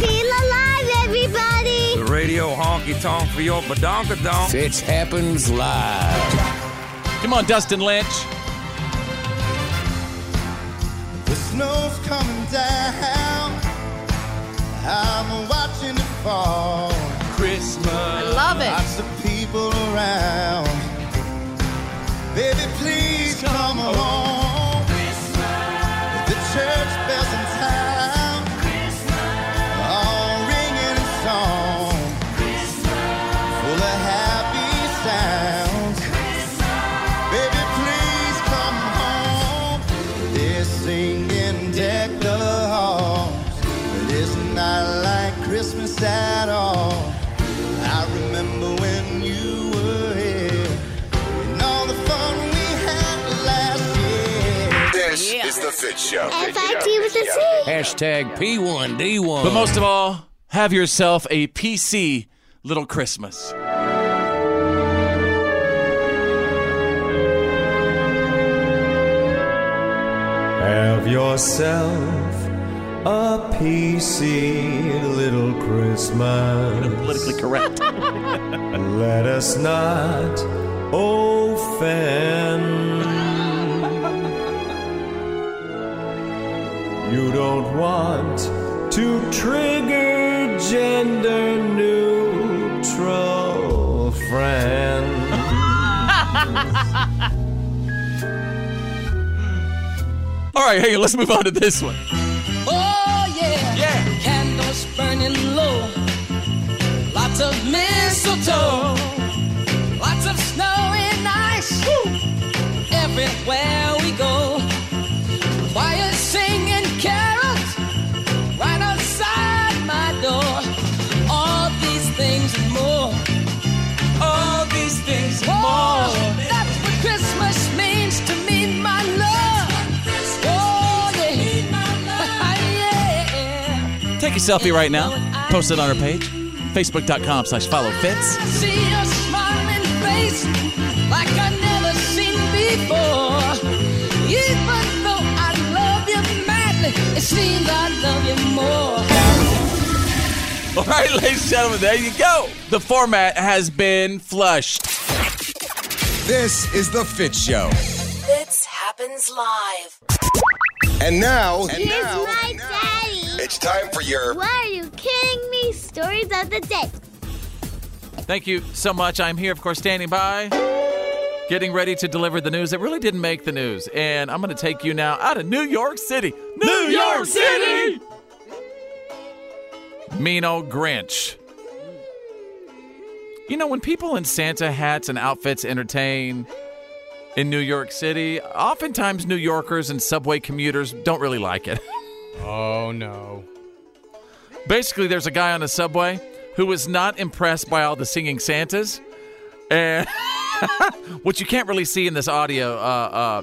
Feel alive, everybody. The radio honky tonk for your badonkadonk. Fitch happens live. Come on, Dustin Lynch. The snow's coming down. I'm watching it fall. Christmas. I love it. Lots of people around. Baby, please come home. The church bells in town. All ringing a song. Full of happy sounds. Baby, please come home. They're singing deck the halls. But it's not like Christmas at all. I remember when you were here and all the fun we had last year. This is the Fit Show. If I see with the Z. Hashtag P1D1. But most of all, have yourself a PC little Christmas. Have yourself a PC little Christmas. Politically correct. Let us not offend. You don't want to trigger gender neutral friends. All right, hey, let's move on to this one. Oh, yeah. Yeah. Candles burning low. Lots of mistletoe. Lots of snow and ice. Everywhere we go. Choirs singing carols right outside my door. All these things and more. All these things and more. Oh, That's what Christmas means to me, my love. Oh, yeah. Take a selfie right now. Post it on our page. Facebook.com slash follow fits. I see a smiling face like I never seen before. Even though I love you madly, it seems I love you more. All right, ladies and gentlemen, there you go. The format has been flushed. This is the Fit Show. Fits happens live. And now, and Here's my daddy. it's time for your Why are you kidding me? Stories of the day. Thank you so much. I'm here, of course, standing by, getting ready to deliver the news that really didn't make the news. And I'm going to take you now out of New York City. New, York City! Mean old Grinch. You know, when people in Santa hats and outfits entertain, in New York City. Oftentimes, New Yorkers and subway commuters don't really like it. Oh no. Basically, there's a guy on a subway who was not impressed by all the singing Santas. And what you can't really see in this audio, uh, uh,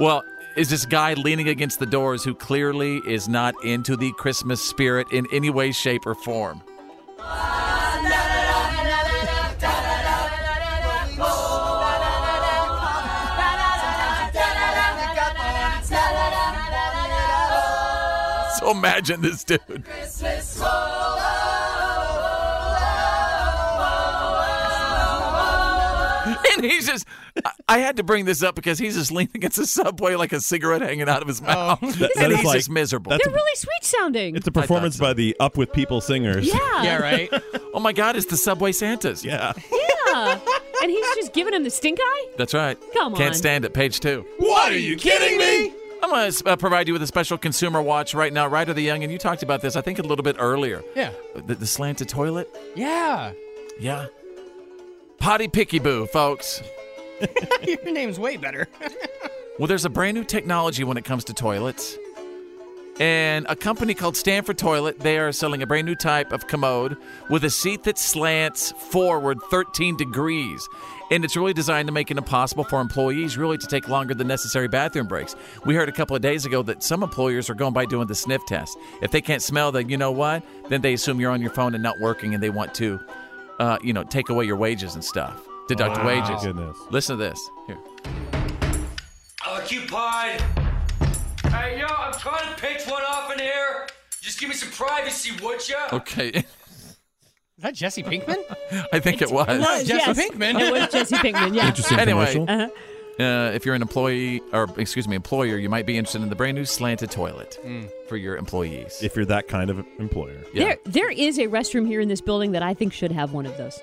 well, is this guy leaning against the doors who clearly is not into the Christmas spirit in any way, shape, or form. So imagine this dude. And he's just, I- I had to bring this up because he's just leaning against the subway like a cigarette hanging out of his mouth. Oh. That- that and is he's like- just miserable. that's They're really sweet sounding. It's a performance by the Up With People singers. Yeah. Yeah, right? oh my God, it's the Subway Santas. Yeah. yeah. And he's just giving him the stink eye? That's right. Come on. Can't stand it. Page two. What are you kidding me? I'm going to uh, provide you with a special consumer watch right now. Ryder the Young, and you talked about this, I think, a little bit earlier. Yeah. The, the slanted toilet. Yeah. Yeah. Potty Picky Boo, folks. Your name's way better. Well, there's a brand new technology when it comes to toilets. And a company called Stanford Toilet, they are selling a brand new type of commode with a seat that slants forward 13 degrees. And it's really designed to make it impossible for employees really to take longer than necessary bathroom breaks. We heard a couple of days ago that some employers are going by doing the sniff test. If they can't smell the, you know what, then they assume you're on your phone and not working and they want to, uh, you know, take away your wages and stuff, deduct Wow. wages. Goodness. Listen to this. Here. Occupied. Hey, yo, I'm trying to pitch one off in here. Just give me some privacy, would ya? Oh, Okay. Is that Jesse Pinkman? I think it was. was, Jesse yes. Pinkman. It was Jesse Pinkman, yeah. Interesting Anyway, commercial. Uh-huh. uh, if you're an employee, or excuse me, employer, you might be interested in the brand new slanted toilet Hmm. for your employees. If you're that kind of employer. There, there is a restroom here in this building that I think should have one of those.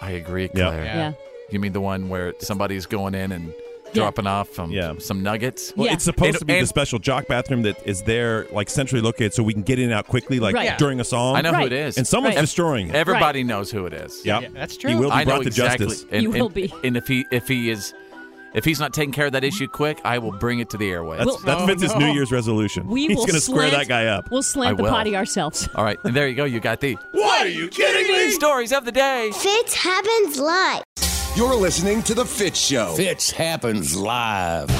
I agree, Claire. Yeah. Yeah. You mean the one where somebody's going in and dropping off um, some nuggets? Well, it's supposed And- to be the and- special jock bathroom that is there, like centrally located, so we can get in and out quickly, like Right. during a song. I know who it is. Um, and someone's destroying it. Everybody knows who it is. Yep. Yeah, that's true. He will be I know brought to exactly. justice. And, He will and- be. And if he if he is if he's not taking care of that issue quick, I will bring it to the airways. That's, that fits his New Year's resolution. We He's will gonna square slant- that guy up. Uh. We'll slant I the will. potty ourselves. All right, and there you go. You got the What are you kidding me? Stories of the day. Fitz happens live. You're listening to The Fit Show. Fitz happens live.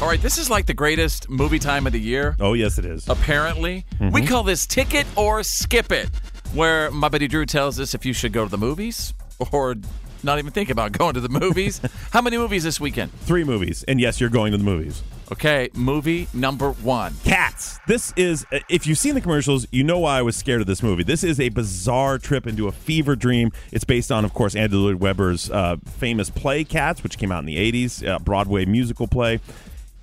All right, this is like the greatest movie time of the year. Oh, yes, it is. Mm-hmm. Apparently. We call this Ticket or Skip It, where my buddy Drew tells us if you should go to the movies or not even think about going to the movies. How many movies this weekend? Three movies, and yes, you're going to the movies. Okay, movie number one. Cats. This is, uh, if you've seen the commercials, you know why I was scared of this movie. This is a bizarre trip into a fever dream. It's based on, of course, Andrew Lloyd Webber's uh, famous play Cats, which came out in the 80s, uh, Broadway musical play.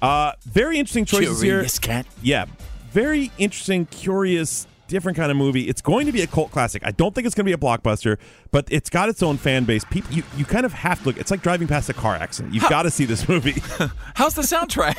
Uh, very interesting choices Curious here. Cat. Yeah. Very interesting, curious, different kind of movie. It's going to be a cult classic. I don't think it's going to be a blockbuster, but it's got its own fan base. People, you, you kind of have to look. It's like driving past a car accident. You've got to see this movie. How's the soundtrack?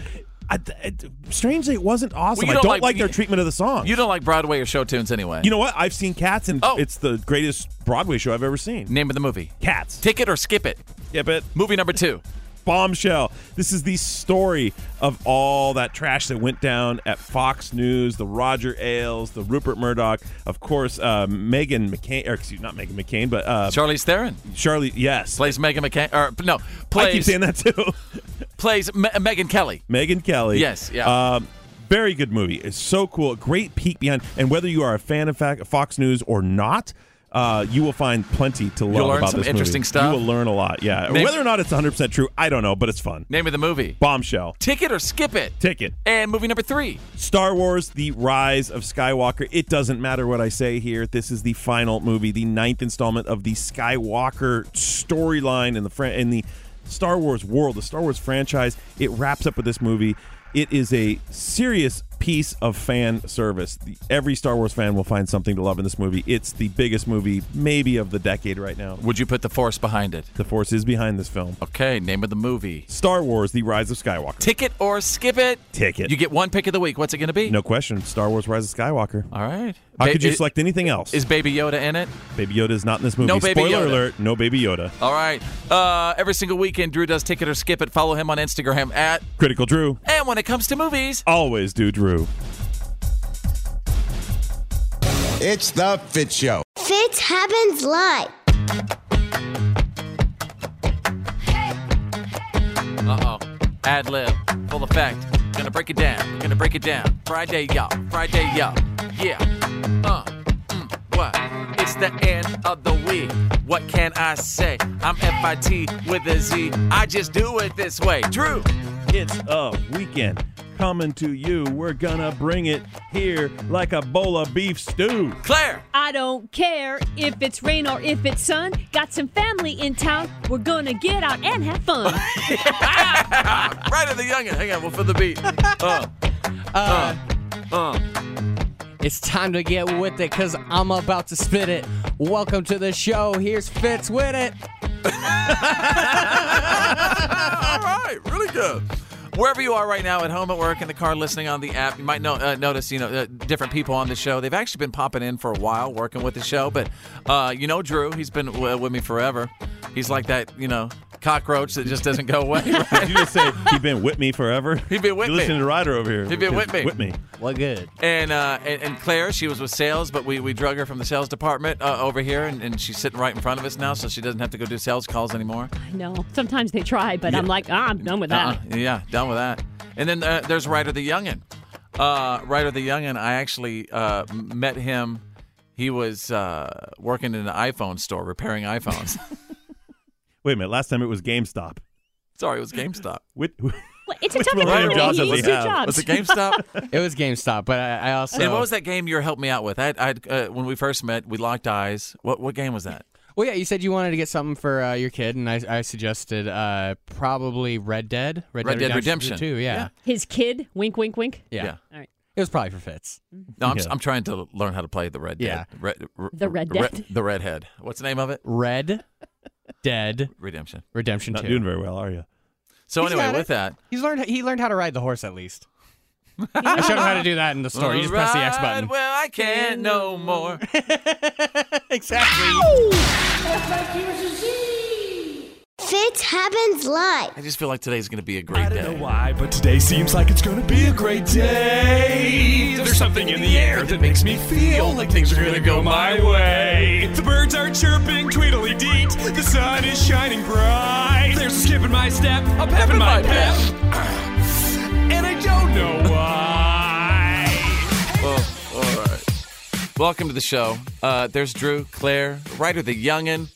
I, I- strangely, it wasn't awesome. Well, you I don't don't like- like, their treatment of the song. You don't like Broadway or show tunes anyway. Oh, You know what? I've seen Cats, and it's the greatest Broadway show I've ever seen. Name of the movie Cats. Ticket or Skip It. Skip It. Movie number two. Bombshell. This is the story of all that trash that went down at Fox News, the Roger Ailes, the Rupert Murdoch, of course, uh, Megan McCain, or excuse not Megan McCain, but uh, Charlize Theron. Charlie, yes. Plays Megan McCain, or no, I keep plays- saying that too. plays Me- Megan Kelly. Megan Kelly. Yes, yeah. Um, very good movie. It's so cool. A great peek behind. And whether you are a fan of Fa- Fox News or not, uh, you will find plenty to love You'll learn about some this interesting movie. stuff. You will learn a lot. Yeah. Name- whether or not it's 100% true, I don't know, but it's fun. Name of the movie Bombshell. Ticket or Skip It. Ticket. And movie number three. Star Wars The Rise of Skywalker. It doesn't matter what I say here. This is the final movie, the ninth installment of the Skywalker storyline in the fran- in the Star Wars world, the Star Wars franchise. It wraps up with this movie. It is a serious piece of fan service. The- every Star Wars fan will find something to love in this movie. It's the biggest movie, maybe of the decade right now. Would you put the Force behind it? The Force is behind this film. Okay, name of the movie Star Wars The Rise of Skywalker. Ticket or skip it? Ticket. You get one pick of the week. What's it going to be? No question. Star Wars Rise of Skywalker. All right. How Ba- could you it- select anything else? Is Baby Yoda in it? Baby Yoda is not in this movie. No Baby Spoiler Yoda. alert, no Baby Yoda. All right. Uh, every single weekend, Drew does Ticket or Skip It. Follow him on Instagram at. Critical Drew. And when it comes to movies, Always do Drew. It's the Fit Show. Fitz happens live. Uh oh. Ad lib. Full effect. Gonna break it down. Gonna break it down. Friday, y'all. Friday, y'all. Yeah. Uh. Mm, what? It's the end of the week. What can I say? I'm FIT with a Z. I just do it this way. Drew. It's a weekend coming to you. We're gonna bring it here like a bowl of beef stew. Claire. I don't care if it's rain or if it's sun. Got some family in town. We're gonna get out and have fun. right at the youngin'. Hang on, we'll fill the beat. Uh. Uh, It's time to get with it because I'm about to spit it. Welcome to the show. Here's Fitz with it. All right, really good. Wherever you are right now, at home, at work, in the car, listening on the app, you might no, uh, notice you know uh, different people on the show. They've actually been popping in for a while, working with the show. But uh, you know, Drew, he's been w- with me forever. He's like that, you know, cockroach that just doesn't go away. Right? Did you just say he been with me forever? He been with You're me. listening to Ryder over here. He been with me. With me. What good? And, uh, and and Claire, she was with sales, but we, we drug her from the sales department uh, over here, and, and she's sitting right in front of us now, so she doesn't have to go do sales calls anymore. I know. Sometimes they try, but I'm Yeah. like, ah, I'm done with that. Uh-uh. Yeah, done with that. And then uh, there's Ryder the Youngin. Uh, Ryder the Youngin, I actually uh, m- met him. He was uh, working in an iPhone store repairing iPhones. Wait a minute. Last time it was GameStop. Sorry, it was GameStop. With, Well, it's a Which tough William one. Johnson He does needs he two have? jobs. Was it GameStop? It was GameStop, but I, I also. and what was that game you helped me out with? I, I uh, when we first met, we locked eyes. What what game was that? Well, yeah, you said you wanted to get something for uh, your kid, and I, I suggested uh, probably Red Dead. Red Dead Redemption. too. yeah. His kid, wink, wink, wink. Yeah. All right. It was probably for Fitz. No, I'm, Yeah. I'm trying to learn how to play the Red Dead. Yeah. Red, r- The Red r- Dead. the Redhead. What's the name of it? Red Dead Redemption. Redemption Not 2. doing very well, are you? So He's anyway, got it. with that, He's learned he learned how to ride the horse at least. I showed him how to do that in the store. You just press the X button. Ride Well, I can't no more. exactly. Fitz happens live. I just feel like today's going to be a great day. why, but today seems like it's gonna be a great day. There's something in the air that makes me feel like things are gonna go my way. The birds are chirping, tweedly deet. The sun is shining bright. There's a skip in my step, a pep in my pep, and I don't know why. Oh, all right. Welcome to the show. Uh, there's Drew, Claire, writer the youngin.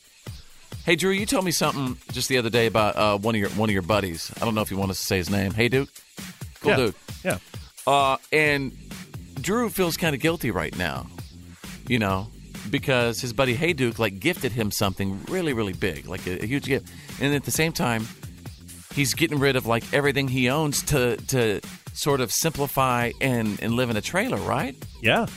Hey Drew, you told me something just the other day about uh, one of your one of your buddies. I don't know if you want us to say his name. Hey Duke, cool Yeah. dude. Yeah. Uh, and Drew feels kind of guilty right now, you know, because his buddy Hey Duke like gifted him something really really big, like a, a huge gift, and at the same time, he's getting rid of like everything he owns to to sort of simplify and and live in a trailer, right? Yeah.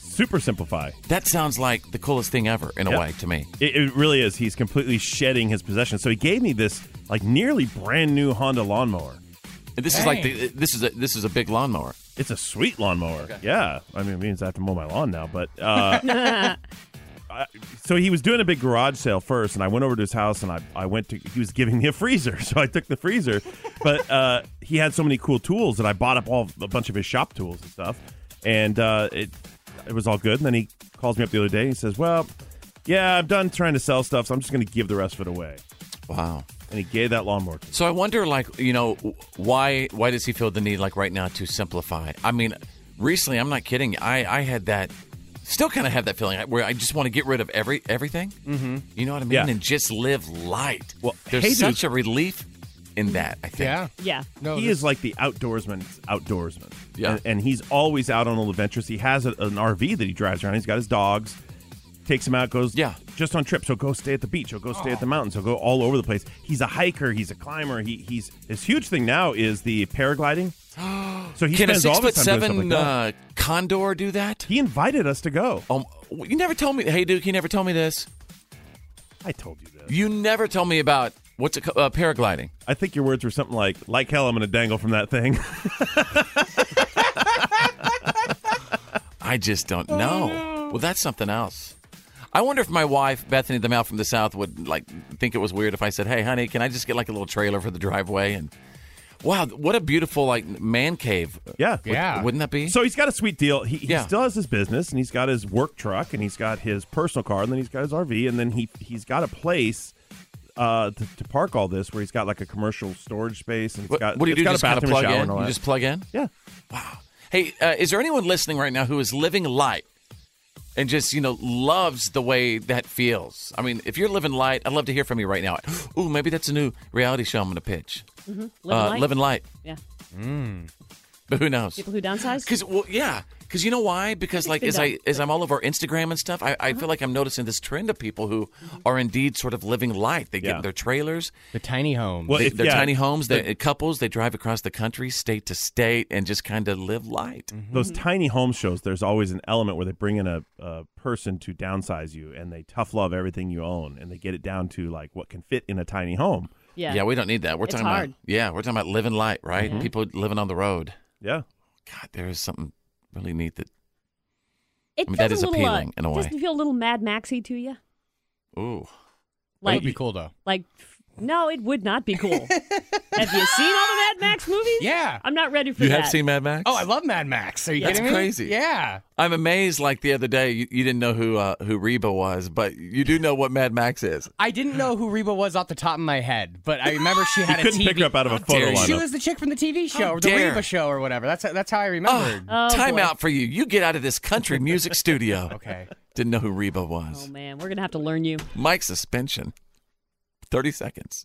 Super simplify. That sounds like the coolest thing ever in a Yeah. way to me. It, it really is. He's completely shedding his possessions. So he gave me this like nearly brand new Honda lawnmower. And This is like the, this is a this is a big lawnmower. It's a sweet lawnmower. Yeah. I mean, it means I have to mow my lawn now, but uh, so he was doing a big garage sale first, and I went over to his house, and I, I went to he was giving me a freezer, so I took the freezer, but uh, he had so many cool tools that I bought up all a bunch of his shop tools and stuff, and uh, it it was all good. And then he calls me up the other day, and he says, "Well, yeah, I'm done trying to sell stuff, so I'm just going to give the rest of it away." Wow. And he gave that lawnmower. To me. So I wonder, like, you know, why why does he feel the need, like, right now to simplify? I mean, recently, I'm not kidding. you, I I had that, still kind of have that feeling where I just want to get rid of every everything. Mm-hmm. You know what I mean? Yeah. And just live light. Well, there's Hey Dude- such a relief in that. I think. Yeah. Uh, he is like the outdoorsman's outdoorsman. Yeah. And, and he's always out on little adventures. He has a, an RV that he drives around. He's got his dogs, takes him out, goes yeah. just on trips. He'll go stay at the beach. He'll go stay at the mountains. He'll go all over the place. He's a hiker. He's a climber. He, he's His huge thing now is the paragliding. So he Can a spends all six his foot time doing stuff seven like uh, condor do that? He invited us to go. Um, you never told me. Hey, Duke, you never told me this. I told you this. You never told me about what's it co- uh, paragliding. I think your words were something like, like hell, I'm going to dangle from that thing. I just don't Oh, know. Well, that's something else. I wonder if my wife, Bethany the Mouth from the South, would like think it was weird if I said, "Hey, honey, can I just get like a little trailer for the driveway?" And wow, what a beautiful like man cave. Yeah, Would, Wouldn't that be? So he's got a sweet deal. He, he still has his business, and he's got his work truck, and he's got his personal car, and then he's got his RV, and then he he's got a place uh, to, to park all this, where he's got like a commercial storage space, and it's What, got what do you it's do? Got Just a kind of bathroom plug and shower in. and all You that. just plug in. Yeah. Hey, uh, is there anyone listening right now who is living light and just you know loves the way that feels? I mean, if you're living light, I'd love to hear from you right now. Ooh, maybe that's a new reality show I'm going to pitch. Mhm. Living Uh, light. Living light. Yeah. Mm. But who knows? People who downsize. Because well, yeah, because you know why? Because like been as I as I'm all over Instagram and stuff, I, I Uh-huh. feel like I'm noticing this trend of people who are indeed sort of living light. They get Yeah. their trailers, The tiny homes. they, their tiny homes, their couples. They drive across the country, state to state, and just kind of live light. Those tiny home shows, there's always an element where they bring in a, a person to downsize you, and they tough love everything you own, and they get it down to like what can fit in a tiny home. Yeah. we don't need that. We're It's talking hard. about yeah, we're talking about living light, right? Mhm. People living on the road. Yeah. God, there is something really neat that. It I mean, feels that is a little, uh, appealing in a way. Doesn't it feel a little Mad Maxy to you? Ooh, That would be cool though. Like, no, it would not be cool. Have you seen all the Mad Max movies? Yeah. I'm not ready for You that. have seen Mad Max? Oh, I love Mad Max. Are you That's kidding me? crazy. Yeah. I'm amazed. Like the other day, you, you didn't know who uh, who Reba was, but you do know what Mad Max is. I didn't know who Reba was off the top of my head, but I remember she had a couldn't TV. pick her up out of a How photo dare you. She lineup. was the chick from the TV show How or the dare. Reba show or whatever. That's that's how I remembered. Ah, Time out for you. You get out of this country music studio. okay. Didn't know who Reba was. Oh man, we're gonna have to learn you. Mike suspension. Thirty seconds.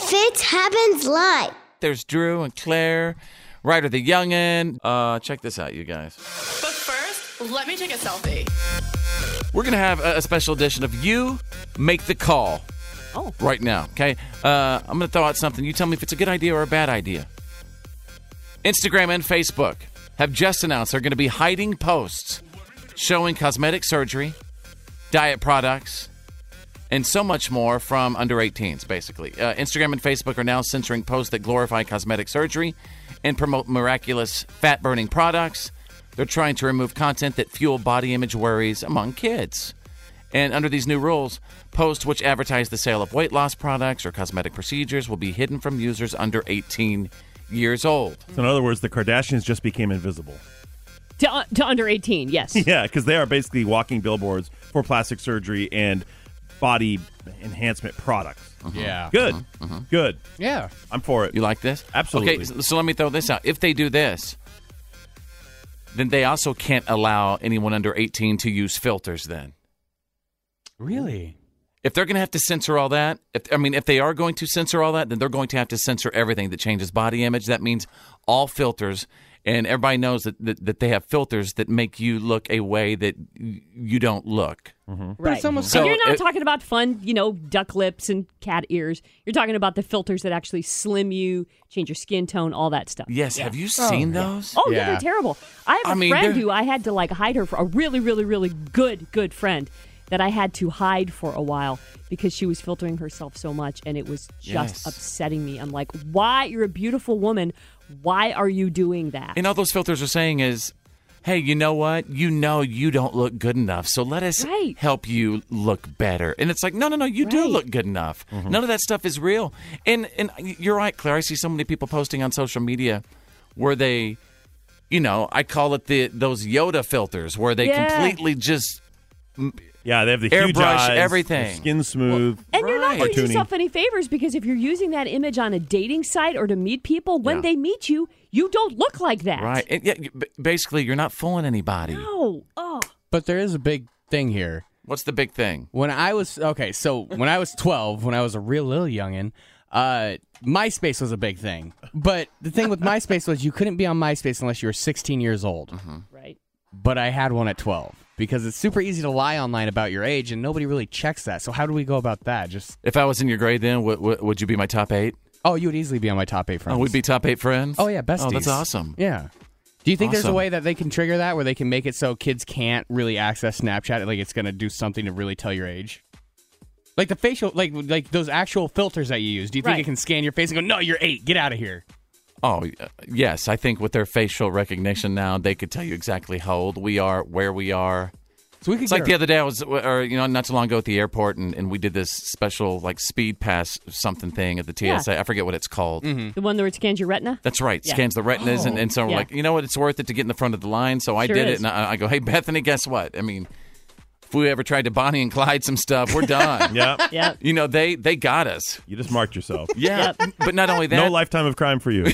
Fitz happens live. There's Drew and Claire, Ryder the youngin. Uh, check this out, you guys. But first, let me take a selfie. We're gonna have a, a special edition of you make the call. Oh. Right now, okay. Uh, I'm gonna throw out something. You tell me if it's a good idea or a bad idea. Instagram and Facebook have just announced they're gonna be hiding posts showing cosmetic surgery, diet products, and so much more from under 18s. Basically, uh, Instagram and Facebook are now censoring posts that glorify cosmetic surgery and promote miraculous fat burning products. They're trying to remove content that fuel body image worries among kids. And under these new rules, posts which advertise the sale of weight loss products or cosmetic procedures will be hidden from users under 18 years old. So in other words, the Kardashians just became invisible. To, uh, to under 18, yes. Yeah, because they are basically walking billboards for plastic surgery and body enhancement products. Yeah. Good. Good. Yeah. I'm for it. Mm-hmm. You like this? Absolutely. Okay, so- so let me throw this out. If they do this, then they also can't allow anyone under 18 to use filters then. Really? If they're going to have to censor all that, if, I mean, if they are going to censor all that, then they're going to have to censor everything that changes body image. That means all filters. And everybody knows that, that, that they have filters that make you look a way that y- you don't look. Mm-hmm. Right. So and you're not it- talking about fun, you know, duck lips and cat ears. You're talking about the filters that actually slim you, change your skin tone, all that stuff. Yes, have you seen those? Oh, yeah. they're terrible. I have a I mean, friend they're- who I had to like hide her for a really, really, really good, good friend that I had to hide for a while because she was filtering herself so much and it was just Yes. upsetting me. I'm like, why? You're a beautiful woman. Why are you doing that? And all those filters are saying is, hey, you know what? You know you don't look good enough, so let us Right. help you look better. And it's like, no, no, no, you do look good enough. Mm-hmm. None of that stuff is real. And and you're right, Claire. I see so many people posting on social media where they, you know, I call it the those Yoda filters where they Yeah. completely just yeah, they have the huge airbrush eyes, everything. their skin smooth. And you're not doing Cartoony. yourself any favors because if you're using that image on a dating site or to meet people, when Yeah. they meet you, you don't look like that. Right. And yeah, you- b- basically, you're not fooling anybody. No. Oh. But there is a big thing here. What's the big thing? When I was okay, so when I was 12, when I was a real little youngin, uh, MySpace was a big thing. But the thing with MySpace was you couldn't be on MySpace unless you were 16 years old. Mm-hmm. Right. But I had one at 12 because it's super easy to lie online about your age and nobody really checks that. So how do we go about that? Just If I was in your grade then, would, would you be my top eight? Oh, you would easily be on my top eight friends. Oh, we'd be top eight friends. Oh yeah, besties. Oh, that's awesome. Yeah. Do you think there's a Awesome. way that they can trigger that where they can make it so kids can't really access Snapchat? Like it's gonna do something to really tell your age. Like the facial, like like those actual filters that you use. Do you think Right. it can scan your face and go, "No, you're eight. Get out of here." Oh, y- yes. I think with their facial recognition now, they could tell you exactly how old we are, where we are. So we could it's get like our- the other day I was, or you know, not too long ago at the airport, and, and we did this special like speed pass something thing at the Yeah. TSA. I forget what it's called. The one that scans your retina? That's right. Yeah. Scans the retinas, and, and so we're Yeah. like, you know what? It's worth it to get in the front of the line. So I Sure did is. it, and I, I go, hey Bethany, guess what? I mean, if we ever tried to Bonnie and Clyde some stuff, we're done. Yep. Yep. You know they they got us. You just marked yourself. Yeah. But not only that, no lifetime of crime for you.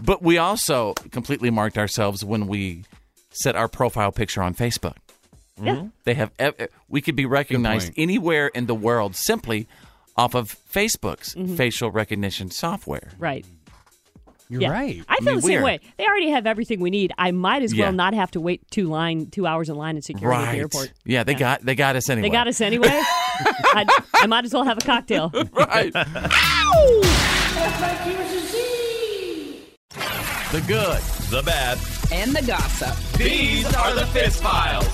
But we also completely marked ourselves when we set our profile picture on Facebook. Mm-hmm. Yeah. Mhm. They have ev- e, we could be recognized point. anywhere in the world simply off of Facebook's Mm-hmm. facial recognition software. Right. You're Yeah. I feel mean, the same we're- way. They already have everything we need. I might as Yeah. well not have to wait two line two hours in line at security at the Right. airport. Yeah, they got they got us anyway. They got us anyway. I, I might as well have a cocktail. right. The good, the bad. And the gossip. These are the Fist Files.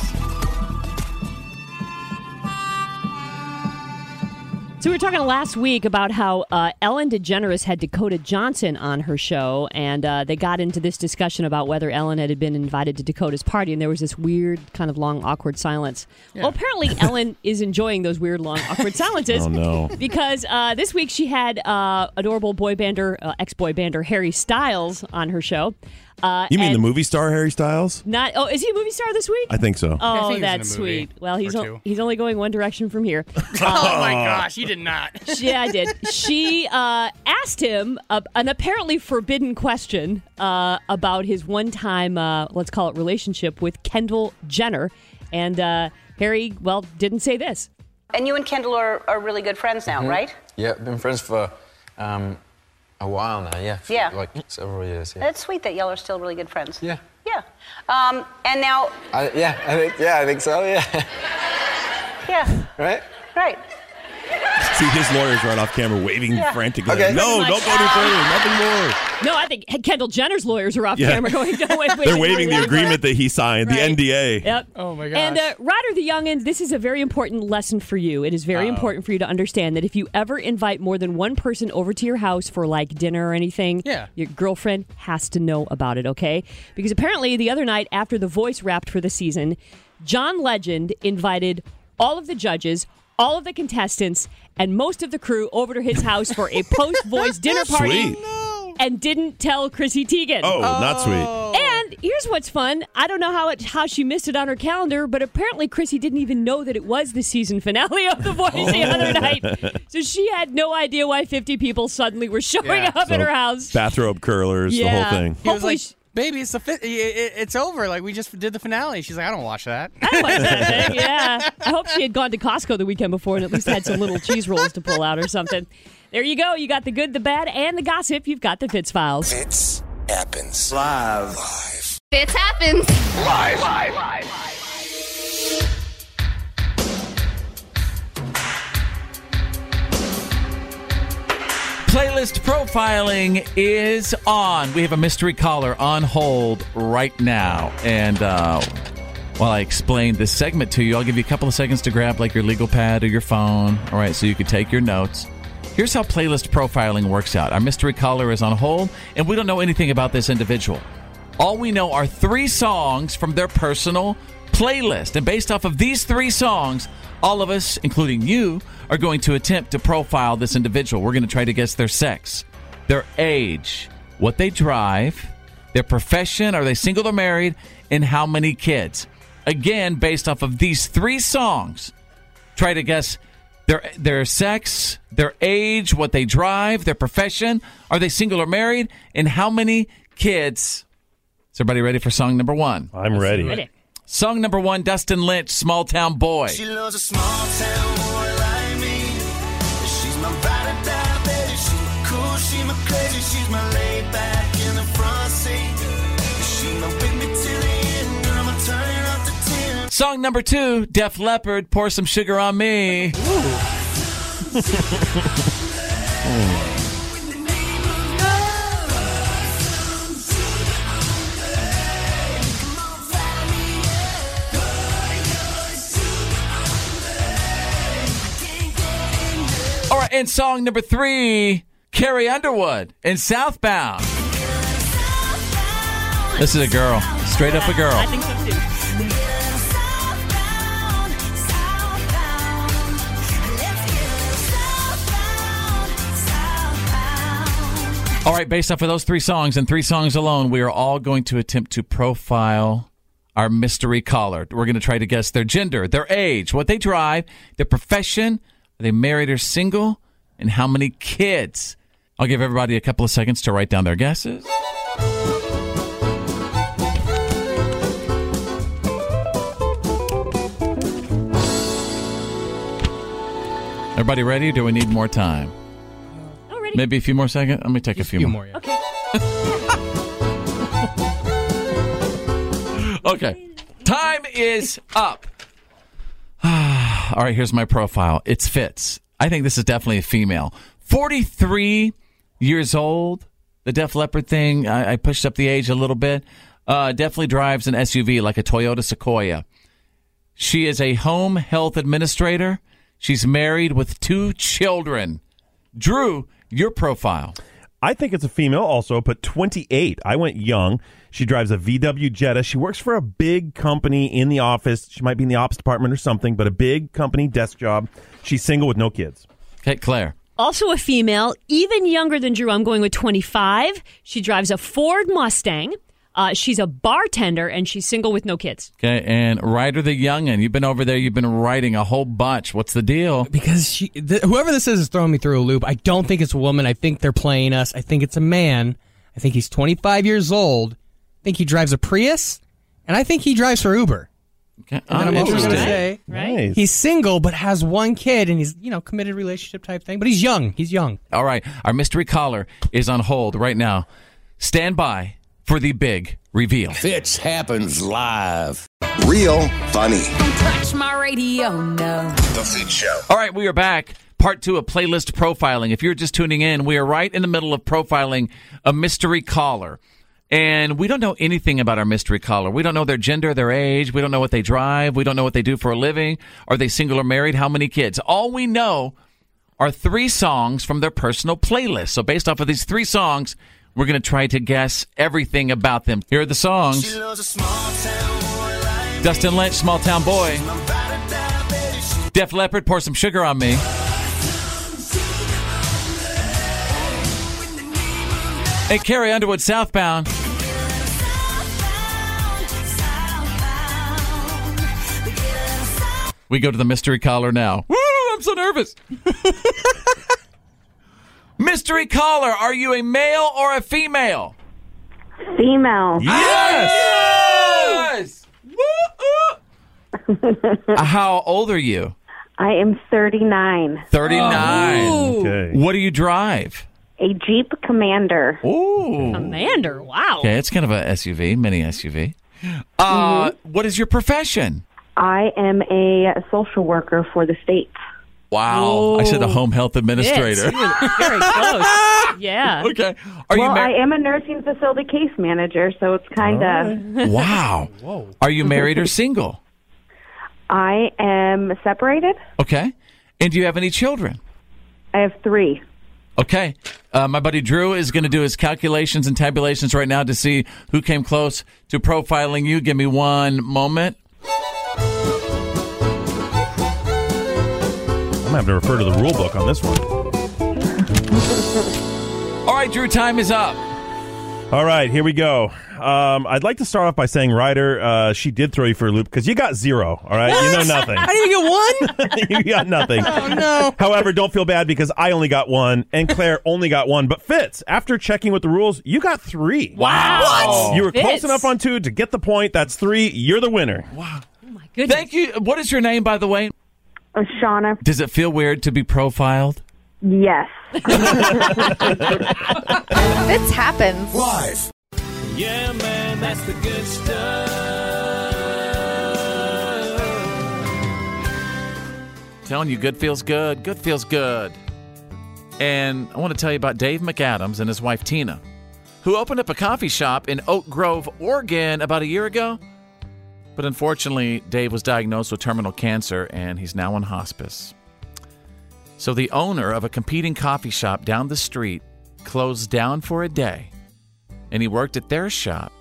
So we were talking last week about how uh, Ellen DeGeneres had Dakota Johnson on her show, and uh, they got into this discussion about whether Ellen had been invited to Dakota's party, and there was this weird, kind of long, awkward silence. Well, apparently Ellen is enjoying those weird, long, awkward silences. Oh, no. Because uh, this week she had uh, adorable boy bander, uh, ex boy bander Harry Styles on her show. Uh, You mean and the movie star Harry Styles? Not oh, is he a movie star this week? I think so. Oh, I think he was in a that's movie sweet. Well, he's or o- two. he's only going one direction from here. Oh my gosh, you did not. yeah, I did. She uh, asked him uh, an apparently forbidden question uh, about his one time, uh, let's call it relationship with Kendall Jenner. And uh, Harry, well, didn't say this. And you and Kendall are, are really good friends now, Mhm. right? Yeah, been friends for um, a while now. Yeah, for, Yeah. like several years. Yeah, That's sweet that y'all are still really good friends. yeah, Yeah. Um, and now, I, yeah, I think, yeah, I think so. Yeah, yeah, right. right. See his lawyer's right off camera waving Yeah. "Ah!" frantically. Okay. No, Pretty much. don't go any further. Nothing more. No, I think Kendall Jenner's lawyers are off Yeah. camera going, no, wait, wait, They're waiving wait, wait, the wait, wait." agreement that he signed, Right. the NDA. Yep. Oh my And uh, Ryder the Youngin, this is a very important lesson for you. It is very important for you to understand that if you ever invite more than one person over to your house for like dinner or anything, Yeah. your girlfriend has to know about it, okay? Because apparently the other night after The Voice wrapped for the season, John Legend invited all of the judges, all of the contestants, and most of the crew over to his house for a post Voice dinner party. Sweet. And didn't tell Chrissy Teigen. Oh, not sweet. And here's what's fun. I don't know how it, how she missed it on her calendar, but apparently Chrissy didn't even know that it was the season finale of The Voice the other night. So she had no idea why 50 people suddenly were showing up at So, her house. Bathrobe curlers, the Yeah. whole thing. He was like, "Baby, it's the fi- i- i- it's over. Like we just did the finale." She's like, "I don't watch that." yeah. I hope she had gone to Costco the weekend before and at least had some little cheese rolls to pull out or something. There you go. You got the good, the bad, and the gossip. You've got the Fitz Files. Fits happens live. Fits happens. Live. Live. Playlist profiling is on. We have a mystery caller on hold right now. And uh, while I explain this segment to you, I'll give you a couple of seconds to grab like your legal pad or your phone. All right, so you can take your notes. Here's how playlist profiling works out. Our mystery caller is on hold, and we don't know anything about this individual. All we know are three songs from their personal playlist. And based off of these three songs, all of us, including you, are going to attempt to profile this individual. We're going to try to guess their sex, their age, what they drive, their profession, are they single or married, and how many kids. Again, based off of these three songs, try to guess their their sex, their age, what they drive, their profession, are they single or married, and how many kids. Is everybody ready for song number one? I'm ready. Ready. Song number one, Dustin Lynch, Small Town Boy. She loves a small town boy like me. She's my ride or die, baby. She my cool, she my crazy, she's my laid back in the front seat. She my with me till the end, girl. I'm turning up the ten. Song number two, Def Leppard, Pour Some Sugar on Me. All right, and song number three, Carrie Underwood in Southbound. This is a girl, straight up a girl. I think so too. All right, based off of those three songs and three songs alone, we are all going to attempt to profile our mystery caller. We're going to try to guess their gender, their age, what they drive, their profession, are they married or single, and how many kids. I'll give everybody a couple of seconds to write down their guesses. Everybody ready? Or do we need more time? Maybe a few more seconds. Let me take a few, few more. more, Okay. Okay. Time is up. All right, here's my profile. It's Fitz. I think this is definitely a female. 43 years old. The Def Leopard thing, I, I pushed up the age a little bit. Uh, definitely drives an SUV like a Toyota Sequoia. She is a home health administrator. She's married with two children. Drew, your profile. I think it's a female also, but 28. I went young. She drives a VW Jetta. She works for a big company in the office. She might be in the ops department or something, but a big company desk job. She's single with no kids. Okay, Claire. Also a female, even younger than Drew. I'm going with 25. She drives a Ford Mustang. Uh, she's a bartender and she's single with no kids. Okay, and Ryder the Youngin. You've been over there. You've been writing a whole bunch. What's the deal? Because she, th- whoever this is, is throwing me through a loop. I don't think it's a woman. I think they're playing us. I think it's a man. I think he's 25 years old. I think he drives a Prius, and I think he drives for Uber. Okay, And then I'm also gonna interesting. say Right. Nice. he's single but has one kid, and he's you know committed relationship type thing. But he's young. He's young. All right, our mystery caller is on hold right now. Stand by for the big reveal. Fitz happens live. Real funny. Touch my radio, no. The Fit Show. All right, we are back. Part two of playlist profiling. If you're just tuning in, we are right in the middle of profiling a mystery caller. And we don't know anything about our mystery caller. We don't know their gender, their age. We don't know what they drive. We don't know what they do for a living. Are they single or married? How many kids? All we know are three songs from their personal playlist. So, based off of these three songs, we're going to try to guess everything about them. Here are the songs Dustin Lynch, Small Town Boy. Def Leppard, Pour Some Sugar on Me. And Carrie Underwood, Southbound. We go to the mystery caller now. Woo, I'm so nervous. mystery caller, are you a male or a female? Female. Yes! How old are you? I am 39. 39. What do you drive? A Jeep Commander. Ooh. Commander, wow. Okay, it's kind of a SUV, mini SUV. Uh, what is your profession? Mm-hmm. I am a social worker for the state. Wow. I said the home health administrator. Very close. Yeah. Okay. well, I am a nursing facility case manager, so it's kind of. wow. Are you married or single? I am separated. Okay. And do you have any children? I have three. Okay. Uh, my buddy Drew is going to do his calculations and tabulations right now to see who came close to profiling you. Give me one moment. I'm going to have to refer to the rule book on this one. All right, Drew, time is up. All right, here we go. Um, I'd like to start off by saying, Ryder, uh, she did throw you for a loop because you got zero. All right, you know nothing. I didn't even get you one. got nothing. Oh, no. However, don't feel bad because I only got one and Claire only got one. But Fitz, after checking with the rules, you got three. Wow. What? You were close Fitz. enough on two to get the point. That's three. You're the winner. Goodness. Thank you. What is your name, by the way? Shauna. Does it feel weird to be profiled? Yes. This happens. Live. Yeah, man, that's the good stuff. Telling you, good feels good. Good feels good. And I want to tell you about Dave McAdams and his wife Tina, who opened up a coffee shop in Oak Grove, Oregon about a year ago. But unfortunately, Dave was diagnosed with terminal cancer and he's now on hospice. So the owner of a competing coffee shop down the street closed down for a day and he worked at their shop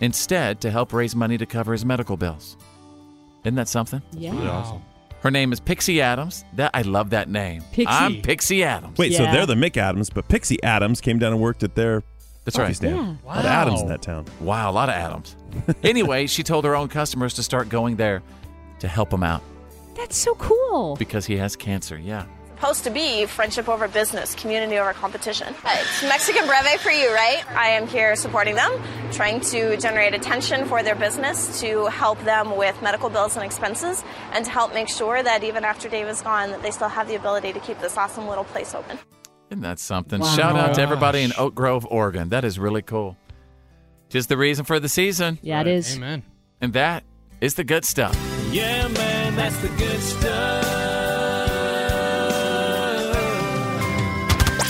instead to help raise money to cover his medical bills. Isn't that something? Yeah. Wow. awesome. Her name is Pixie Adams. That I love that name. Pixie. I'm Pixie Adams. Wait, so they're the Mick Adams, but Pixie Adams came down and worked at their That's coffee right. stand. Yeah. A lot of Wow. Adams in that town. Wow, a lot of Adams. anyway, she told her own customers to start going there to help him out That's so cool. because he has cancer. Yeah. supposed to be friendship over business, community over competition. It's Mexican Breve for you, right? I am here supporting them, trying to generate attention for their business to help them with medical bills and expenses and to help make sure that even after Dave is gone that they still have the ability to keep this awesome little place open. Isn't that something? Wow. Shout out Gosh. to everybody in Oak Grove, Oregon. That is really cool. Just the reason for the season. Yeah, it is. Amen. And that is the good stuff. Yeah, man, that's the good stuff.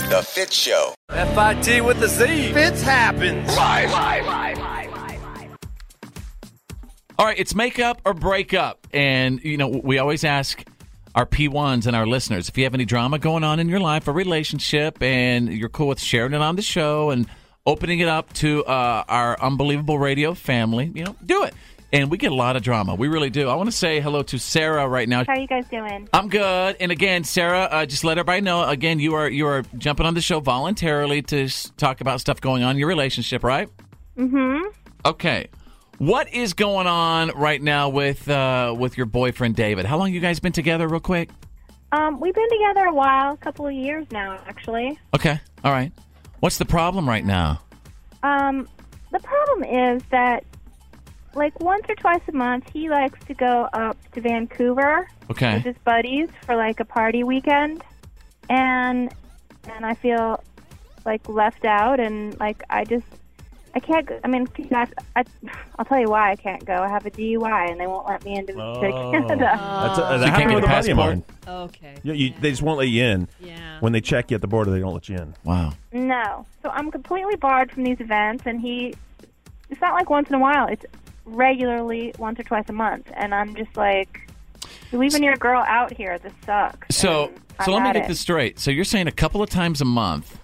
The Fit Show. F-I-T with a Z. Fitz happens. Live. All right, it's make up or break up. And, you know, we always ask our P1s and our listeners if you have any drama going on in your life or relationship and you're cool with sharing it on the show and opening it up to uh, our unbelievable radio family, you know, do it. And we get a lot of drama. We really do. I want to say hello to Sarah right now. How are you guys doing? I'm good. And again, Sarah, uh, just let everybody know again, you are you are jumping on the show voluntarily to s- talk about stuff going on in your relationship, right? Mm-hmm. Okay. What is going on right now with uh, with your boyfriend David? How long you guys been together, real quick? Um, we've been together a while, a couple of years now, actually. Okay. All right. What's the problem right now? Um, the problem is that, like, once or twice a month, he likes to go up to Vancouver Okay. with his buddies for like a party weekend, and and I feel like left out, and like I just. I can't. go- I mean, I, I, I'll tell you why I can't go. I have a DUI, and they won't let me into to Canada. That's, uh, So you that can't happened get with a a buddy of passport? mine. Okay. Yeah, you, they just won't let you in. Yeah. When they check you at the border, they don't let you in. Wow. No. So I'm completely barred from these events, and he. It's not like once in a while. It's regularly once or twice a month, and I'm just like, you're leaving your girl out here. This sucks. So I so let me had get it. this straight. So you're saying a couple of times a month,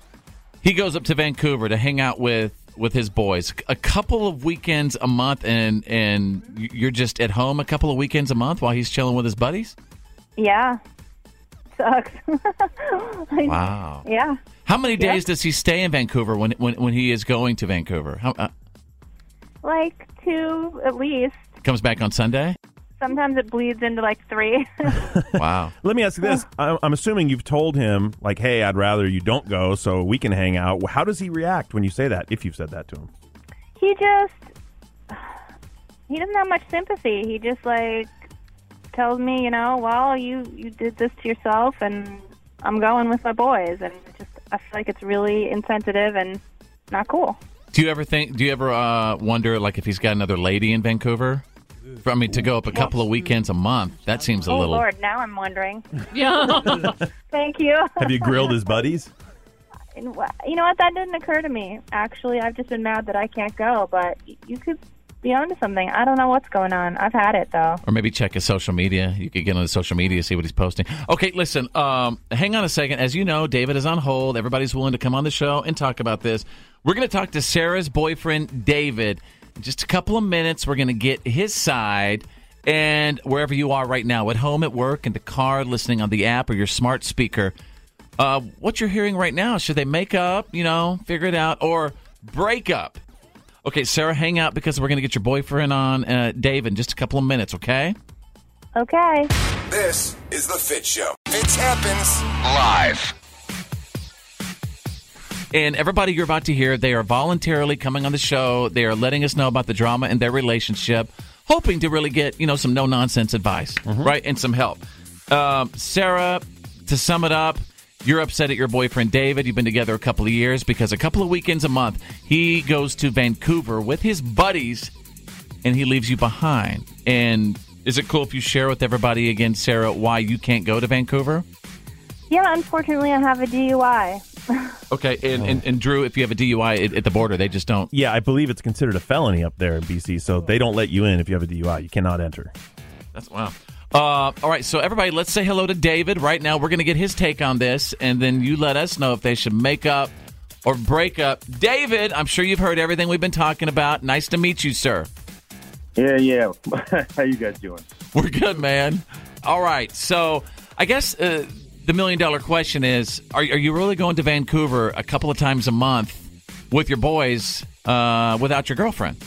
he goes up to Vancouver to hang out with with his boys a couple of weekends a month, and and you're just at home a couple of weekends a month while he's chilling with his buddies. Yeah. Sucks. Like, Wow. Yeah. How many Yeah. days does he stay in Vancouver when when, when he is going to Vancouver? How, uh, Like two at least. comes back on Sunday. Sometimes it bleeds into like three. Wow. Let me ask you this: I'm, I'm assuming you've told him, like, "Hey, I'd rather you don't go, so we can hang out." How does he react when you say that? If you've said that to him, he just he doesn't have much sympathy he just like tells me you know well you you did this to yourself and i'm going with my boys and it just i feel like it's really insensitive and not cool Do you ever think? Do you ever uh, wonder like if he's got another lady in Vancouver? For- I mean, to go up a couple of weekends a month that seems a oh little. lord now i'm wondering yeah thank you have you grilled his buddies? And wha- you know what that didn't occur to me actually i've just been mad that i can't go but y- you could be onto something i don't know what's going on i've had it though Or maybe check his social media. You could get on his social media, see what he's posting. Okay, listen, um, hang on a second. As you know, David is on hold. Everybody's willing to come on the show and talk about this. We're going to talk to Sarah's boyfriend, David. In just a couple of minutes, we're going to get his side. And wherever you are right now, at home, at work, in the car, listening on the app or your smart speaker, uh, what you're hearing right now, should they make up, you know, figure it out, or break up? Okay, Sarah, hang out because we're going to get your boyfriend on, uh, David, in just a couple of minutes, okay? okay This is The Fit Show. Fitz happens. Live. And everybody you're about to hear, they are voluntarily coming on the show. They are letting us know about the drama in their relationship, hoping to really get, you know, some no nonsense advice, right? And some help. Um, Sarah, to sum it up, you're upset at your boyfriend David. You've been together a couple of years because a couple of weekends a month, he goes to Vancouver with his buddies and he leaves you behind. And is it cool if you share with everybody again, Sarah, why you can't go to Vancouver? Yeah, unfortunately, I have a DUI. Okay, and, and, and Drew, if you have a DUI at, at the border, they just don't. Yeah, I believe it's considered a felony up there in BC, so they don't let you in if you have a DUI. You cannot enter. That's wow. Uh, all right, so everybody, let's say hello to David right now. We're going to get his take on this, and then you let us know if they should make up or break up. David, I'm sure you've heard everything we've been talking about. Nice to meet you, sir. Yeah, yeah. How you guys doing? We're good, man. All right, so I guess uh, the million dollar question is: are, are you really going to Vancouver a couple of times a month with your boys uh, without your girlfriend?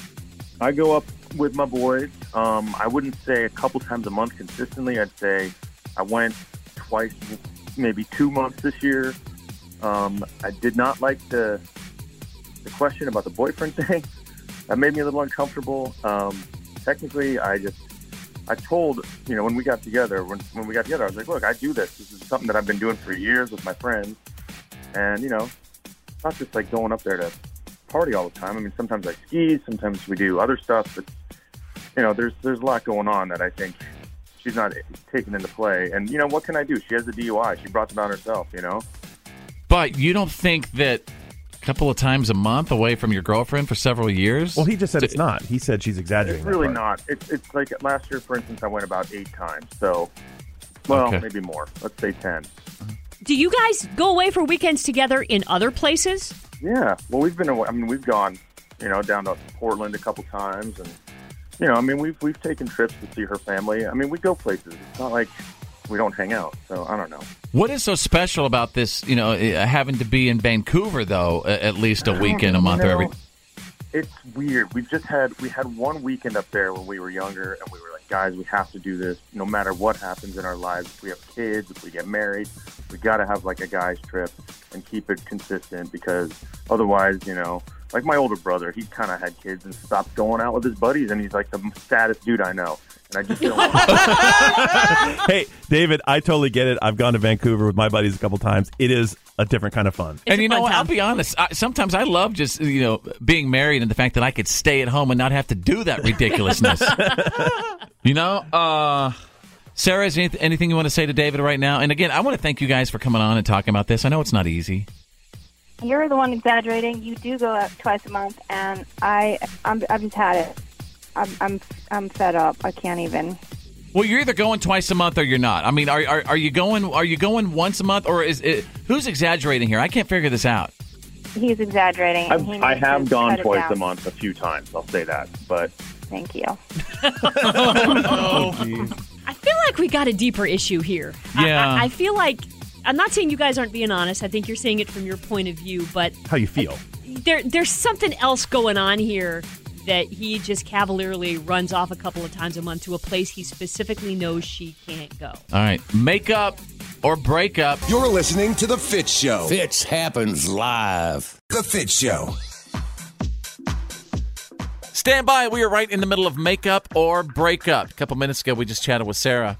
I go up with my boys. Um, I wouldn't say a couple times a month consistently. I'd say I went twice, maybe two months this year. Um, I did not like the the question about the boyfriend thing. That made me a little uncomfortable. Um, technically, I just I told you know when we got together when when we got together I was like, look, I do this. This is something that I've been doing for years with my friends, and you know, it's not just like going up there to party all the time. I mean, sometimes I ski, sometimes we do other stuff, but you know, there's there's a lot going on that I think she's not taking into play. And you know, what can I do? She has a DUI. She brought them on herself. You know. But you don't think that a couple of times a month away from your girlfriend for several years? Well, he just said it's not. He said she's exaggerating. It's that really part. not. It's, it's like last year, for instance, I went about eight times. So, well, Okay. maybe more. Let's say 10. Do you guys go away for weekends together in other places? Yeah. Well, we've been away. I mean, we've gone, you know, down to Portland a couple times. And, you know, I mean, we've, we've taken trips to see her family. I mean, we go places. It's not like we don't hang out. So, I don't know. What is so special about this? You know, eh, having to be in Vancouver though, a- at least a weekend a month or every. You know, It's weird. We've just had we had one weekend up there when we were younger, and we were like, guys, we have to do this. No matter what happens in our lives, if we have kids, if we get married, we got to have like a guys trip and keep it consistent because otherwise, you know, like my older brother, he kind of had kids and stopped going out with his buddies, and he's like the saddest dude I know. And I just don't want hey, David, I totally get it. I've gone to Vancouver with my buddies a couple times. It is a different kind of fun. and you know what? I'll be honest. I, sometimes I love just you know being married and the fact that I could stay at home and not have to do that ridiculousness. you know, uh, Sarah, is anyth- anything you want to say to David right now? And again, I want to thank you guys for coming on and talking about this. I know it's not easy. You're the one exaggerating. You do go out twice a month, and I, I'm, I've just had it. I'm, I'm, I'm fed up. I can't even. Well, you're either going twice a month or you're not. I mean, are are, are you going? Are you going once a month or is it? Who's exaggerating here? I can't figure this out. He's exaggerating. and he to. needs I to have gone cut it twice down. a month a few times. I'll say that, but Thank you. I feel like we got a deeper issue here. I- Yeah. I, I feel like I'm not saying you guys aren't being honest. I think you're saying it from your point of view, but How you feel? there there's something else going on here that he just cavalierly runs off a couple of times a month to a place he specifically knows she can't go. All right, make up or break up. You're listening to The Fit Show. Fits happens live. The Fit Show. Stand by. We are right in the middle of makeup or breakup. A couple minutes ago, we just chatted with Sarah.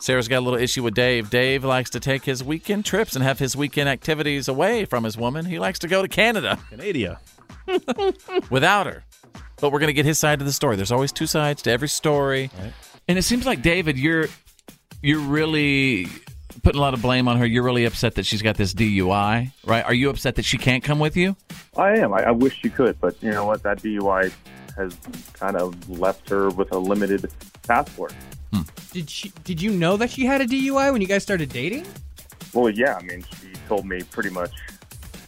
Sarah's got a little issue with Dave. Dave likes to take his weekend trips and have his weekend activities away from his woman. He likes to go to Canada. Canada. Without her. But we're going to get his side of the story. There's always two sides to every story. And it seems like David, you're you're really putting a lot of blame on her. You're really upset that she's got this DUI, right? Are you upset that she can't come with you? I am. I, I wish she could, but you know what? That DUI has kind of left her with a limited passport. Did she? Did you know that she had a DUI when you guys started dating? Well, yeah. I mean, she told me pretty much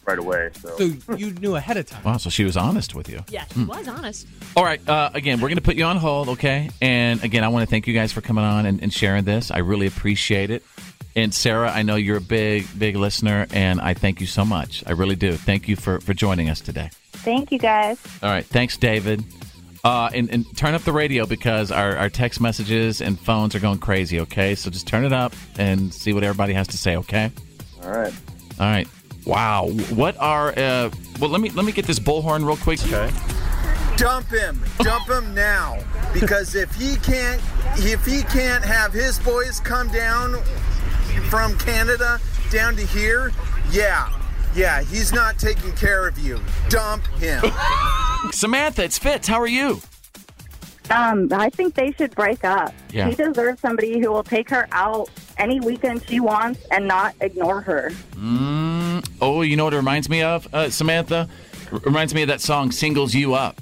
right away. So, So you knew ahead of time. Wow, so she was honest with you. Yeah, she Hmm. was honest. All right. Uh, again, we're going to put you on hold, okay? And again, I want to thank you guys for coming on and, and sharing this. I really appreciate it. And Sarah, I know you're a big, big listener, and I thank you so much. I really do. Thank you for, for joining us today. Thank you guys. All right. Thanks, David. Uh, and, and turn up the radio because our, our text messages and phones are going crazy, okay? So just turn it up and see what everybody has to say, okay? all right. All right. Wow. What are uh well let me let me get this bullhorn real quick. Okay. dump him dump him now because if he can't if he can't have his boys come down from canada down to here yeah yeah he's not taking care of you dump him Samantha, it's Fitz. How are you? Um, I think they should break up. Yeah. She deserves somebody who will take her out any weekend she wants and not ignore her. Mm, oh, you know what it reminds me of, uh, Samantha? R- reminds me of that song "Singles You Up."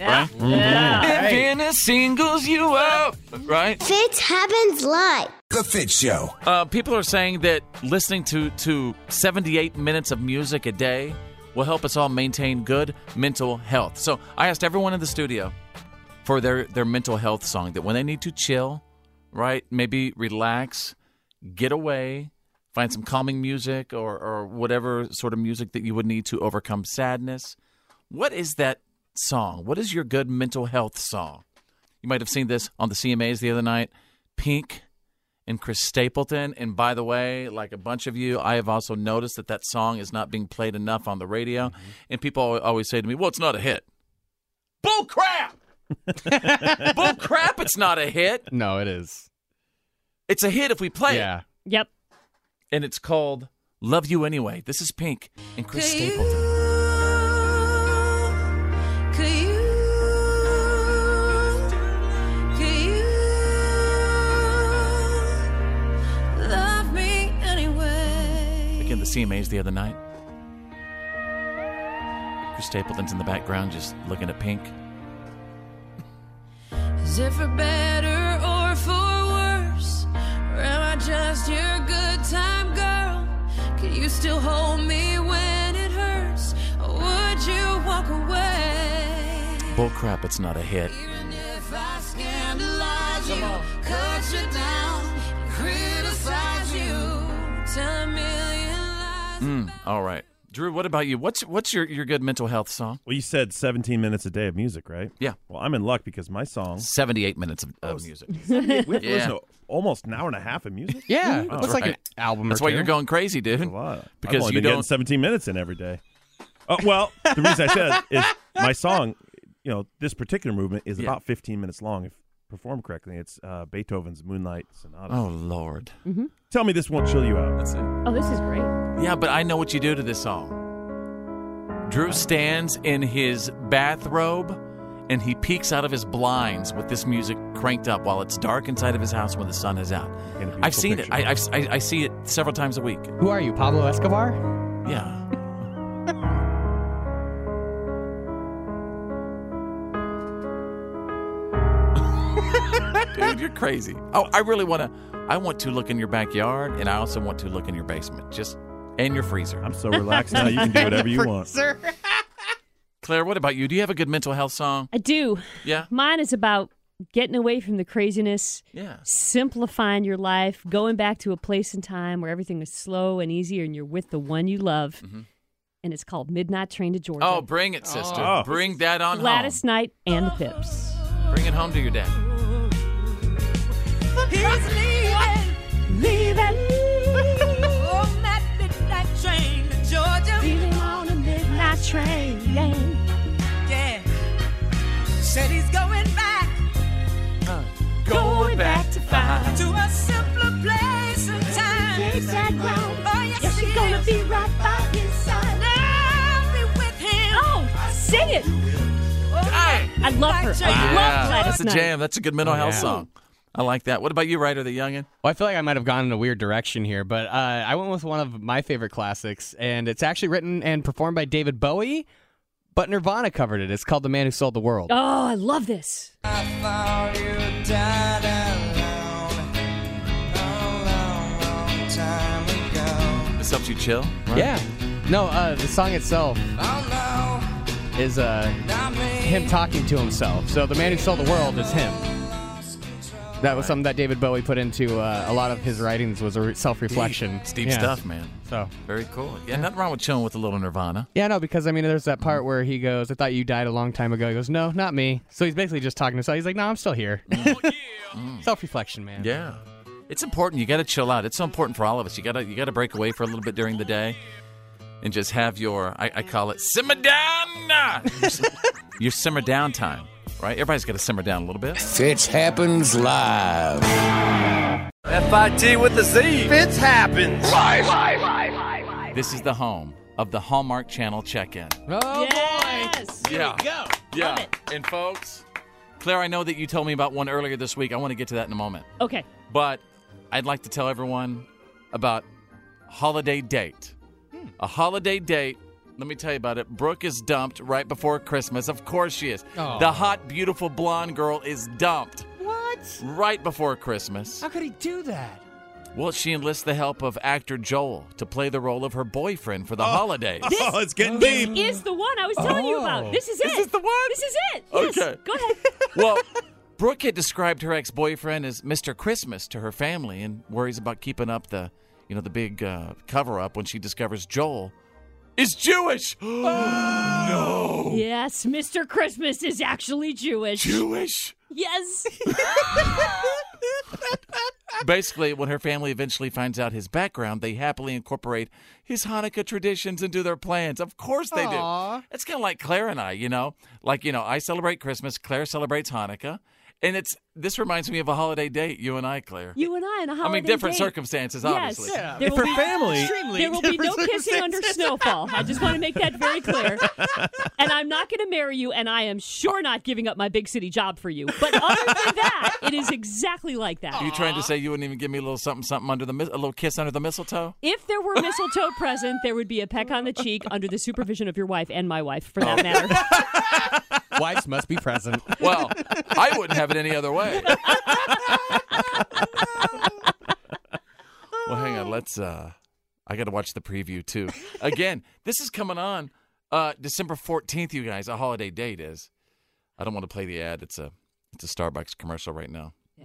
Right? Yeah. If Vienna singles you up, right? Fitz happens live. The Fit Show. Uh, people are saying that listening to, to 78 minutes of music a day will help us all maintain good mental health. So I asked everyone in the studio for their, their mental health song that when they need to chill, right, maybe relax, get away, find some calming music or, or whatever sort of music that you would need to overcome sadness. What is that song? What is your good mental health song? You might have seen this on the CMAs the other night. Pink and Chris Stapleton. And by the way, like a bunch of you, I have also noticed that that song is not being played enough on the radio. And people al- always say to me, well, it's not a hit. Bull crap! Bull crap, it's not a hit. No, it is. It's a hit if we play it. Yep. And it's called Love You Anyway. This is Pink and Chris Stapleton. Could you? Could you love me anyway? Again, the CMAs the other night. Chris Stapleton's in the background just looking at Pink. Is it for better or for worse? Or am I just your good time girl? Can you still hold me when it hurts? Or would you walk away? Bull crap, it's not a hit. Even if I scandalize you, cut you down, criticize you, tell a million Mm, all right. Drew, what about you? What's what's your, your good mental health song? Well, you said 17 minutes a day of music, right? Yeah. Well, I'm in luck because my song 78 minutes of, of music. We have to Yeah. listen to almost an hour and a half of music. Yeah, Mhm. that's like an album or That's why two. you're going crazy, dude. That's a lot. Because I've only you been getting don't- 17 minutes in every day. Uh, well, the reason I said is my song. You know, this particular movement is about 15 minutes long if performed correctly. It's uh, Beethoven's Moonlight Sonata. Oh Lord. Mhm. Tell me this won't chill you out. That's it. Oh, this is great. Yeah, but I know what you do to this song. Drew stands in his bathrobe and he peeks out of his blinds with this music cranked up while it's dark inside of his house when the sun is out. I've seen picture. it. I, I've, I, I see it several times a week. Who are you, Pablo Escobar? Yeah. Dude, you're crazy. Oh, I really want to. I want to look in your backyard, and I also want to look in your basement, just and your freezer. I'm so relaxed now, you can do whatever you want. Sir. Claire, what about you? Do you have a good mental health song? I do. Yeah. Mine is about getting away from the craziness. Yeah. Simplifying your life, going back to a place and time where everything is slow and easier and you're with the one you love. And it's called Midnight Train to Georgia. Oh, bring it, sister. Oh. Bring that on Gladys Knight and the Pips. home. Bring it home to your dad. He's leaving, leaving. on that midnight train to Georgia. Leaving on a midnight train, yeah. Yeah. Said he's going back, Going back to five. to a simpler place and time. Oh, yes, yes she's gonna be right by his side. I'll be with him. Oh, sing it. I love her. that's a jam. That's a good mental Oh, health yeah. song. I like that. What about you, Ryder the Youngin? Well, I feel like I might have gone in a weird direction here, but uh, I went with one of my favorite classics, and it's actually written and performed by David Bowie, but Nirvana covered it. It's called "The Man Who Sold the World." Oh, I love this. found you died alone a long, long time ago. This helps you chill. right? Yeah. No, uh, the song itself Oh, is uh, him talking to himself. So the man who sold the world is him. That was something that David Bowie put into uh, a lot of his writings was a re- self-reflection. Deep, it's deep Yeah. stuff, man. So very cool. Yeah, nothing wrong with chilling with a little Nirvana. Yeah, no, because I mean, there's that part where he goes, "I thought you died a long time ago." He goes, "No, not me." So he's basically just talking to himself. He's like, "No, I'm still here." Self-reflection, man. Yeah, it's important. You got to chill out. It's so important for all of us. You gotta you gotta break away for a little bit during the day, and just have your I, I call it simmer down. your simmer down time, right? Everybody's got to simmer down a little bit. Fitch happens live. F-I-T with the Z. Fitz happens. Live. This is the home of the Hallmark Channel check-in. Oh boy! Yeah. go. Yeah. And folks, Claire, I know that you told me about one earlier this week. I want to get to that in a moment. Okay. But I'd like to tell everyone about holiday date. Hmm. A holiday date. Let me tell you about it. Brooke is dumped right before Christmas. Of course she is. Aw. The hot, beautiful blonde girl is dumped What? right before Christmas. How could he do that? Well, she enlists the help of actor Joel to play the role of her boyfriend for the holidays. Oh, it's getting This deep. is the one I was telling you Oh. about. This is it. Is this the one. This is it. Yes. Okay. Go ahead. Well, Brooke had described her ex-boyfriend as Mr. Christmas to her family and worries about keeping up the, you know, the big uh, cover-up when she discovers Joel is Jewish. no. Yes, Mr. Christmas is actually Jewish. Jewish. Yes. Basically, when her family eventually finds out his background, they happily incorporate his Hanukkah traditions into their plans. Of course they Aw. do. It's kind of like Claire and I, you know? Like, you know, I celebrate Christmas, Claire celebrates Hanukkah. And it's this reminds me of a holiday date, you and I, Claire. You and I on a holiday. I mean, different date. circumstances, Yes. obviously. There will be- There will be no kissing under snowfall. I just want to make that very clear. And I'm not going to marry you, and I am sure not giving up my big city job for you. But other than that, it is exactly like that. Are Oh. you trying to say you wouldn't even give me a little something, something under the mis- a little kiss under the mistletoe? If there were mistletoe present, there would be a peck on the cheek under the supervision of your wife and my wife, for Oh. that matter. Wives must be present. Well, I wouldn't have it any other way. well, hang on. Let's. uh I got to watch the preview too. Again, this is coming on uh December fourteenth. You guys, a holiday date is. I don't want to play the ad. It's a it's a Starbucks commercial right now. Yeah.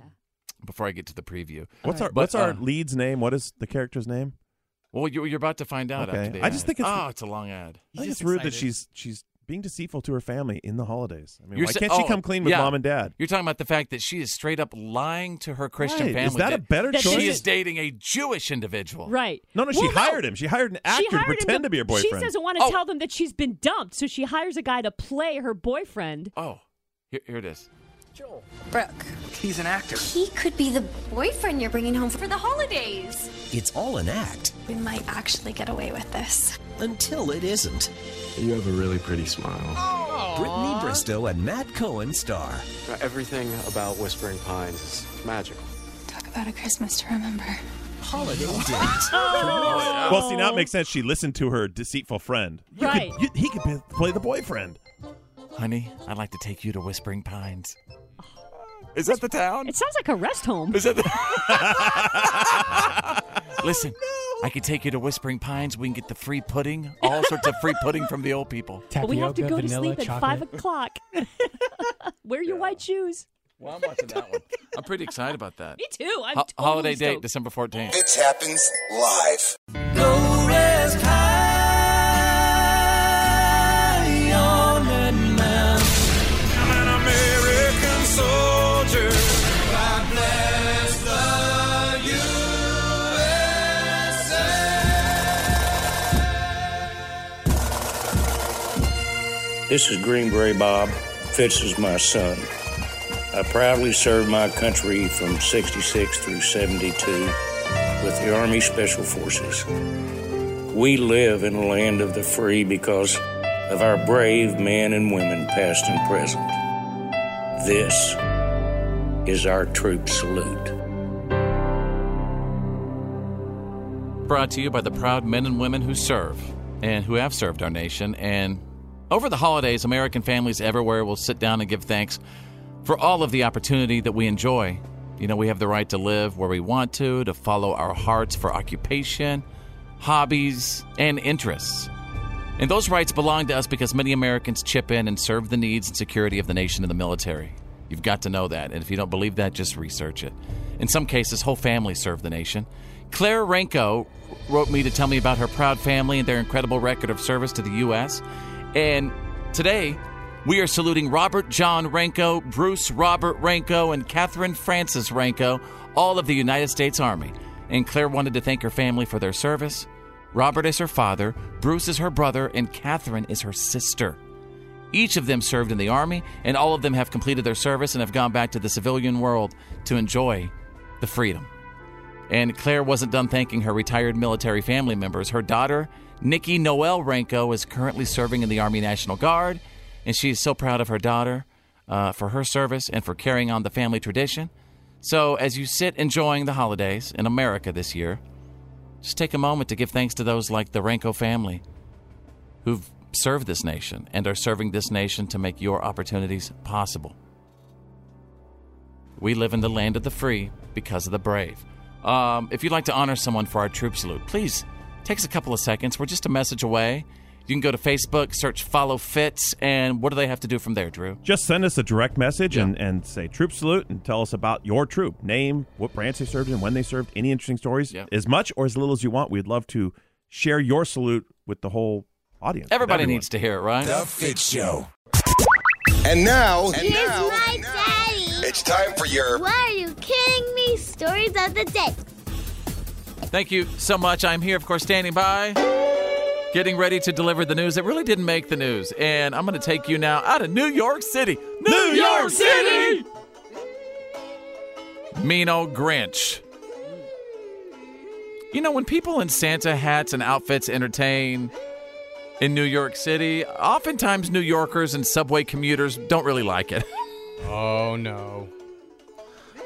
Before I get to the preview, What's our But, What's our uh, lead's name? What is the character's name? well, you're, you're about to find out Okay. after the I just ad. think it's- oh, it's a long ad. I think it's rude that she's she's being deceitful to her family in the holidays. I mean, You're why sa- can't she oh, come clean with yeah. mom and dad? You're talking about the fact that she is straight up lying to her Christian Right. family. Is that a better That choice? She is dating a Jewish individual. Right. No, no, she hired him. She hired an actor She to hired him pretend to be her boyfriend. Oh. She doesn't want to tell them that she's been dumped, so she hires a guy to play her boyfriend. Oh, here, here it is. Brooke. He's an actor. He could be the boyfriend you're bringing home for the holidays. It's all an act We might actually get away with this. until it isn't. You have a really pretty smile. Brittany Bristow and Matt Cohen star. Everything about Whispering Pines is magical. Talk about a Christmas to remember. Holiday Well, see, now it makes sense. She listened to her deceitful friend. You Right. Could, you, he could be, play the boyfriend. Honey, I'd like to take you to Whispering Pines. Is that the Um, town? It sounds like a rest home. Is that Listen, Oh, I could take you to Whispering Pines. We can get the free pudding, all sorts of free pudding from the old people. But we have to go to sleep at five o'clock. Wear your white shoes. Well, I'm watching that one. I'm pretty excited about that. Me too. I'm Ho- totally holiday date, stoked. December 14th. It happens live. I'm an American soldier. I bless the USA. This is Greenberry Bob. Fitz is my son. I proudly served my country from 66 through 72 with the Army Special Forces. We live in a land of the free because of our brave men and women, past and present. This is our troop salute. Brought to you by the proud men and women who serve and who have served our nation. And over the holidays, American families everywhere will sit down and give thanks for all of the opportunity that we enjoy. You know, we have the right to live where we want to, to follow our hearts for occupation, hobbies, and interests. And those rights belong to us because many Americans chip in and serve the needs and security of the nation and the military. You've got to know that. And if you don't believe that, just research it. In some cases, whole families serve the nation. Claire Ranko wrote me to tell me about her proud family and their incredible record of service to the U.S. And today, we are saluting Robert John Ranko, Bruce Robert Ranko, and Catherine Frances Ranko, all of the United States Army. And Claire wanted to thank her family for their service. Robert is her father, Bruce is her brother, and Catherine is her sister. Each of them served in the Army, and all of them have completed their service and have gone back to the civilian world to enjoy the freedom. And Claire wasn't done thanking her retired military family members. Her daughter, Nikki Noel Ranko, is currently serving in the Army National Guard, and she is so proud of her daughter uh, for her service and for carrying on the family tradition. So, as you sit enjoying the holidays in America this year, just take a moment to give thanks to those like the Renko family who've served this nation and are serving this nation to make your opportunities possible. We live in the land of the free because of the brave. Um, if you'd like to honor someone for our troop salute, please take us a couple of seconds. We're just a message away. You can go to Facebook, search Follow Fits, and what do they have to do from there, Drew? Just send us a direct message and, and say troop salute and tell us about your troop, name, what branch they served in, when they served, any interesting stories, Yeah. as much or as little as you want. We'd love to share your salute with the whole audience. with Everybody everyone. needs to hear it, right? The Fit Show. And now, Here's my daddy. it's time for your. Why are you kidding me? Stories of the day. Thank you so much. I'm here, of course, standing by, getting ready to deliver the news that really didn't make the news. And I'm going to take you now out of New York City. New, York City! Mean old Grinch. You know, when people in Santa hats and outfits entertain in New York City, oftentimes New Yorkers and subway commuters don't really like it. Oh no.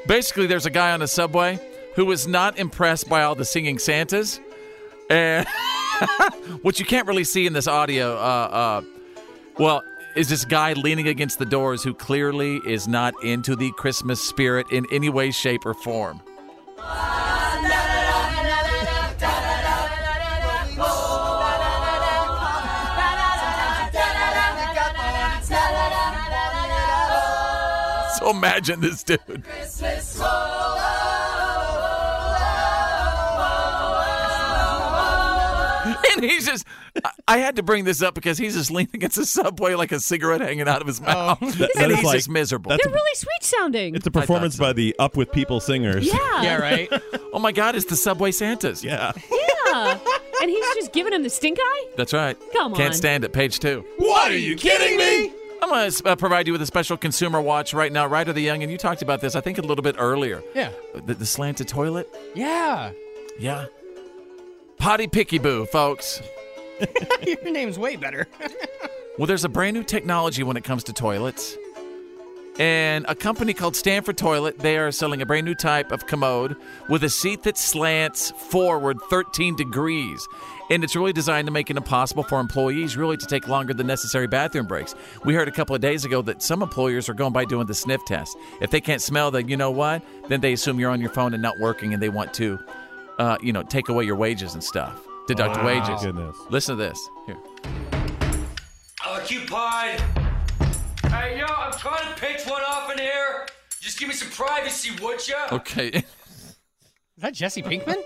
Basically, there's a guy on a subway who was not impressed by all the singing Santas, and what you can't really see in this audio, uh, uh, well, is this guy leaning against the doors who clearly is not into the Christmas spirit in any way, shape, or form. So imagine this dude. And he's just, I- I had to bring this up because he's just leaning against the subway like a cigarette hanging out of his mouth. That- that and is he's like- just miserable. that's They're really sweet sounding. It's a performance by the Up With People singers. Yeah. Yeah, right? oh my God, it's the Subway Santas. Yeah. Yeah. and he's just giving him the stink eye? That's right. Come on. Can't stand it. Page two. What are you kidding me? I'm going to uh, provide you with a special consumer watch right now. Ryder the Young, and you talked about this, I think, a little bit earlier. Yeah. The, the slanted toilet? Yeah. Yeah. Potty Picky Boo, folks. Your name's way better. Well, there's a brand new technology when it comes to toilets. And a company called Stanford Toilet, they are selling a brand new type of commode with a seat that slants forward 13 degrees. And it's really designed to make it impossible for employees really to take longer than necessary bathroom breaks. We heard a couple of days ago that some employers are going by doing the sniff test. If they can't smell the, you know what, then they assume you're on your phone and not working and they want to, uh, you know, take away your wages and stuff, deduct Wow. wages. Goodness. Listen to this. Here. Occupied. Hey, yo, I'm trying to pitch one off in here. Just give me some privacy, would ya? Okay. Is that Jesse Pinkman?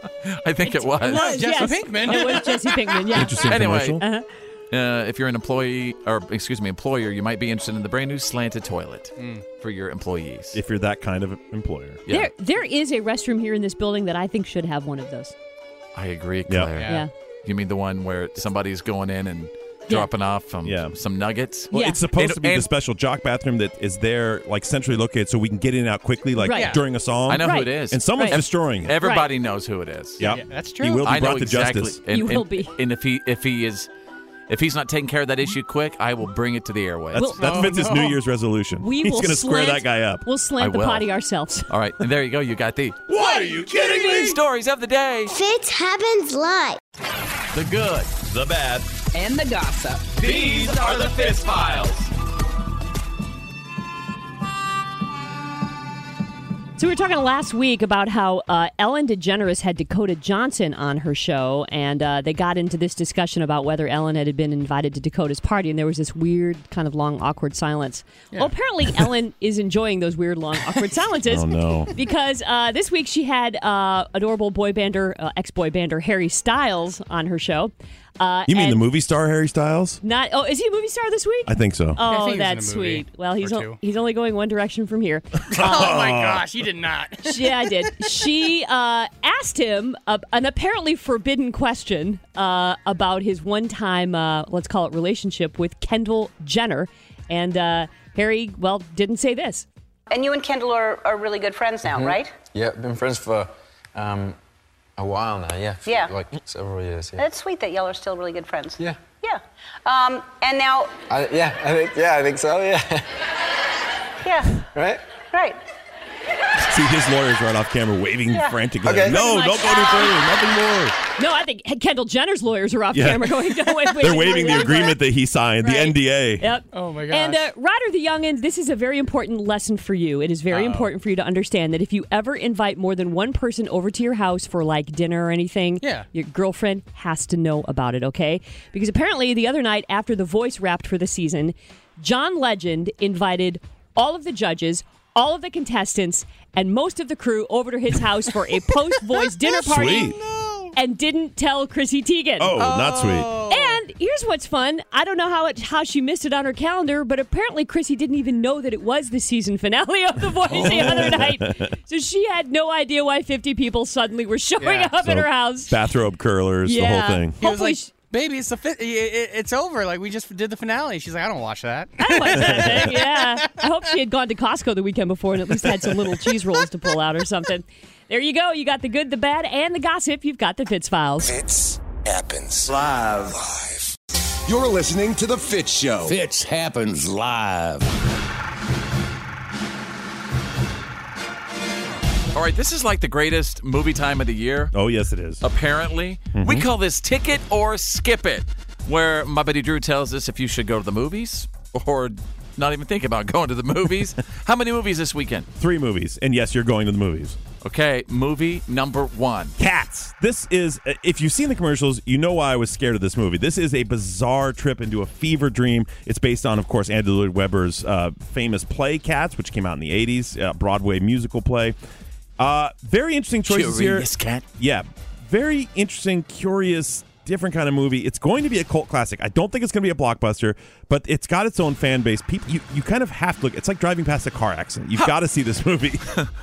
I think it was. was, Jesse yes. Pinkman. It was Jesse Pinkman, yeah. Interesting anyway, commercial. Uh-huh. uh, if you're an employee, or excuse me, employer, you might be interested in the brand new slanted toilet Mm. for your employees. If you're that kind of employer. Yeah. There, there is a restroom here in this building that I think should have one of those. I agree, Claire. Yeah. Yeah. You mean the one where somebody's going in and dropping off some, some nuggets? Well, it's supposed And- to be the and- special jock bathroom that is there, like centrally located, so we can get in and out quickly, like Right. during a song. I know who it is. and someone's Ev- destroying it. Everybody knows who it is. Yep. Yeah, that's true. He will be I know brought to exactly. justice. And, You and- will be. And if he if he is if he's not taking care of that issue quick, I will bring it to the airways. That's, that's Vince's New Year's resolution. We He's will going to square that slant- guy up. We'll I slant the will. potty ourselves. All right, and there you go. You got the What are you kidding me? Stories of the day. Fitz happens live. the good, the bad. And the gossip. These are the Fist Files. So we were talking last week about how uh, Ellen DeGeneres had Dakota Johnson on her show, and uh, they got into this discussion about whether Ellen had been invited to Dakota's party, and there was this weird, kind of long, awkward silence. Well, apparently Ellen is enjoying those weird, long, awkward silences. Oh, no. Because uh, this week she had uh, adorable boy bander, uh, ex-boy bander Harry Styles on her show. Uh, You mean the and movie star Harry Styles? Not oh, is he a movie star this week? I think so. I Oh, think he was in a that's movie sweet. Well, he's or o- two. he's only going one direction from here. oh my gosh, you did not. yeah, I did. She uh, asked him uh, an apparently forbidden question uh, about his one time, uh, let's call it relationship with Kendall Jenner. And uh, Harry, well, didn't say this. And you and Kendall are, are really good friends Mm-hmm. now, right? Yeah, been friends for um, a while now. Yeah, for Yeah. like several years. Uh, Yeah, That's sweet that y'all are still really good friends. yeah, Yeah. Um, and now, I, yeah, I think, yeah, I think so. Yeah, yeah, right. right. See his lawyers right off camera waving Yeah. frantically. Okay. No, don't Pretty much. go any further. Nothing more. No, I think Kendall Jenner's lawyers are off Yeah. camera going, no, wait, wait, They're wait, waiving wait, the wait." agreement that he signed, the NDA. Yep. Oh my And uh, Ryder the Youngin, this is a very important lesson for you. It is very Uh-oh. important for you to understand that if you ever invite more than one person over to your house for like dinner or anything, Yeah. your girlfriend has to know about it, okay? Because apparently the other night after The Voice wrapped for the season, John Legend invited all of the judges, all of the contestants, and most of the crew over to his house for a post Voice dinner party. Sweet. And didn't tell Chrissy Teigen. Oh, not sweet. And here's what's fun. I don't know how it, how she missed it on her calendar, but apparently Chrissy didn't even know that it was the season finale of The Voice the other Oh. night. So she had no idea why 50 people suddenly were showing Yeah. up So, at her house. Bathrobe curlers, the whole thing. He was like, "Baby, it's the fi- i- i- it's over. Like we just did the finale." She's like, "I don't watch that." yeah. I hope she had gone to Costco the weekend before and at least had some little cheese rolls to pull out or something. There you go. You got the good, the bad, and the gossip. You've got the Fitz Files. Happens live. live. You're listening to The Fit Show. Fitz happens live. All right, this is like the greatest movie time of the year. Oh, yes, it is. Apparently. Mm-hmm. We call this Ticket or Skip It, where my buddy Drew tells us if you should go to the movies or not even think about going to the movies. How many movies this weekend? Three movies. And yes, you're going to the movies. Okay, movie number one. Cats. This is, uh, if you've seen the commercials, you know why I was scared of this movie. This is a bizarre trip into a fever dream. It's based on, of course, Andy Lloyd Webber's uh, famous play Cats, which came out in the 80s, uh, Broadway musical play. Uh, very interesting choices here. Curious Cat. Yeah. Very interesting, curious, different kind of movie. It's going to be a cult classic. I don't think it's going to be a blockbuster, but it's got its own fan base. People, you, you kind of have to look. It's like driving past a car accident. You've got to see this movie.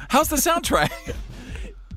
How's the soundtrack?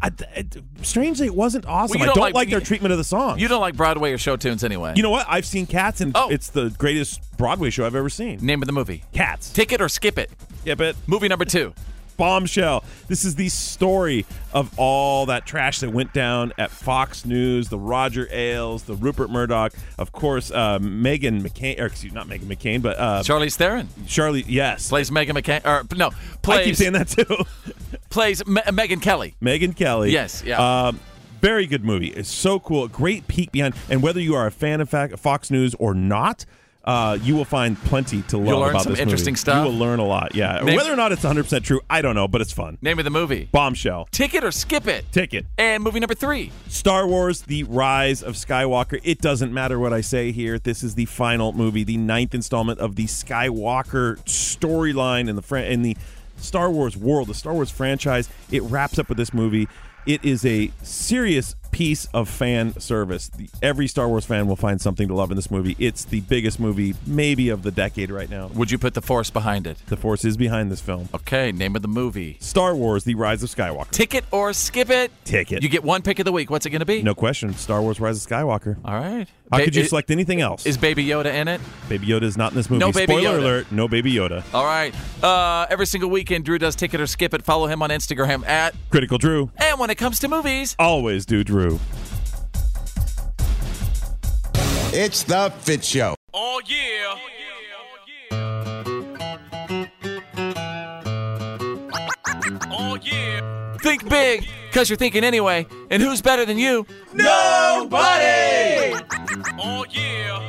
I, I- strangely, it wasn't awesome. you I don't don't like- like, their treatment of the song. You don't like Broadway or show tunes anyway. You know what? I've seen Cats, and Oh. it's the greatest Broadway show I've ever seen. Name of the movie. Cats. Ticket or Skip It. Yeah, but movie number two. Bombshell. This is the story of all that trash that went down at Fox News, the Roger Ailes, the Rupert Murdoch, of course, uh, Megan McCain, or excuse not Megan McCain, but uh, Charlize Theron. Charlie, yes. Plays Megan McCain. Or, no, plays. I keep saying that too. Plays Me- Megan Kelly. Megan Kelly. Yes, yeah. Um, very good movie. It's so cool. A great peek behind. And whether you are a fan of Fa- Fox News or not, uh, you will find plenty to love You'll learn about some this interesting movie. stuff. You will learn a lot. Yeah. Name- whether or not it's 100 percent true, I don't know, but it's fun. Name of the movie. Bombshell. Ticket or Skip It. Ticket. And movie number three. Star Wars: The Rise of Skywalker. It doesn't matter what I say here. This is the final movie, the ninth installment of the Skywalker storyline in the fran- in the Star Wars world, the Star Wars franchise. It wraps up with this movie. It is a serious piece of fan service. The- every Star Wars fan will find something to love in this movie. It's the biggest movie maybe of the decade right now. Would you put the force behind it? The Force is behind this film. Okay, name of the movie. Star Wars: The Rise of Skywalker. Ticket or skip it? Ticket. You get one pick of the week. What's it going to be? No question. Star Wars: Rise of Skywalker. All right. How Ba- could you it- select anything else? Is Baby Yoda in it? Baby Yoda is not in this movie. No Baby Spoiler Yoda. alert, no Baby Yoda. All right. Uh, every single weekend, Drew does Ticket or Skip It. Follow him on Instagram at. Critical Drew. And when it comes to movies, Always do Drew. It's The Fit Show. Oh yeah. Oh yeah. think big, because you're thinking anyway. And who's better than you? Nobody! Oh yeah.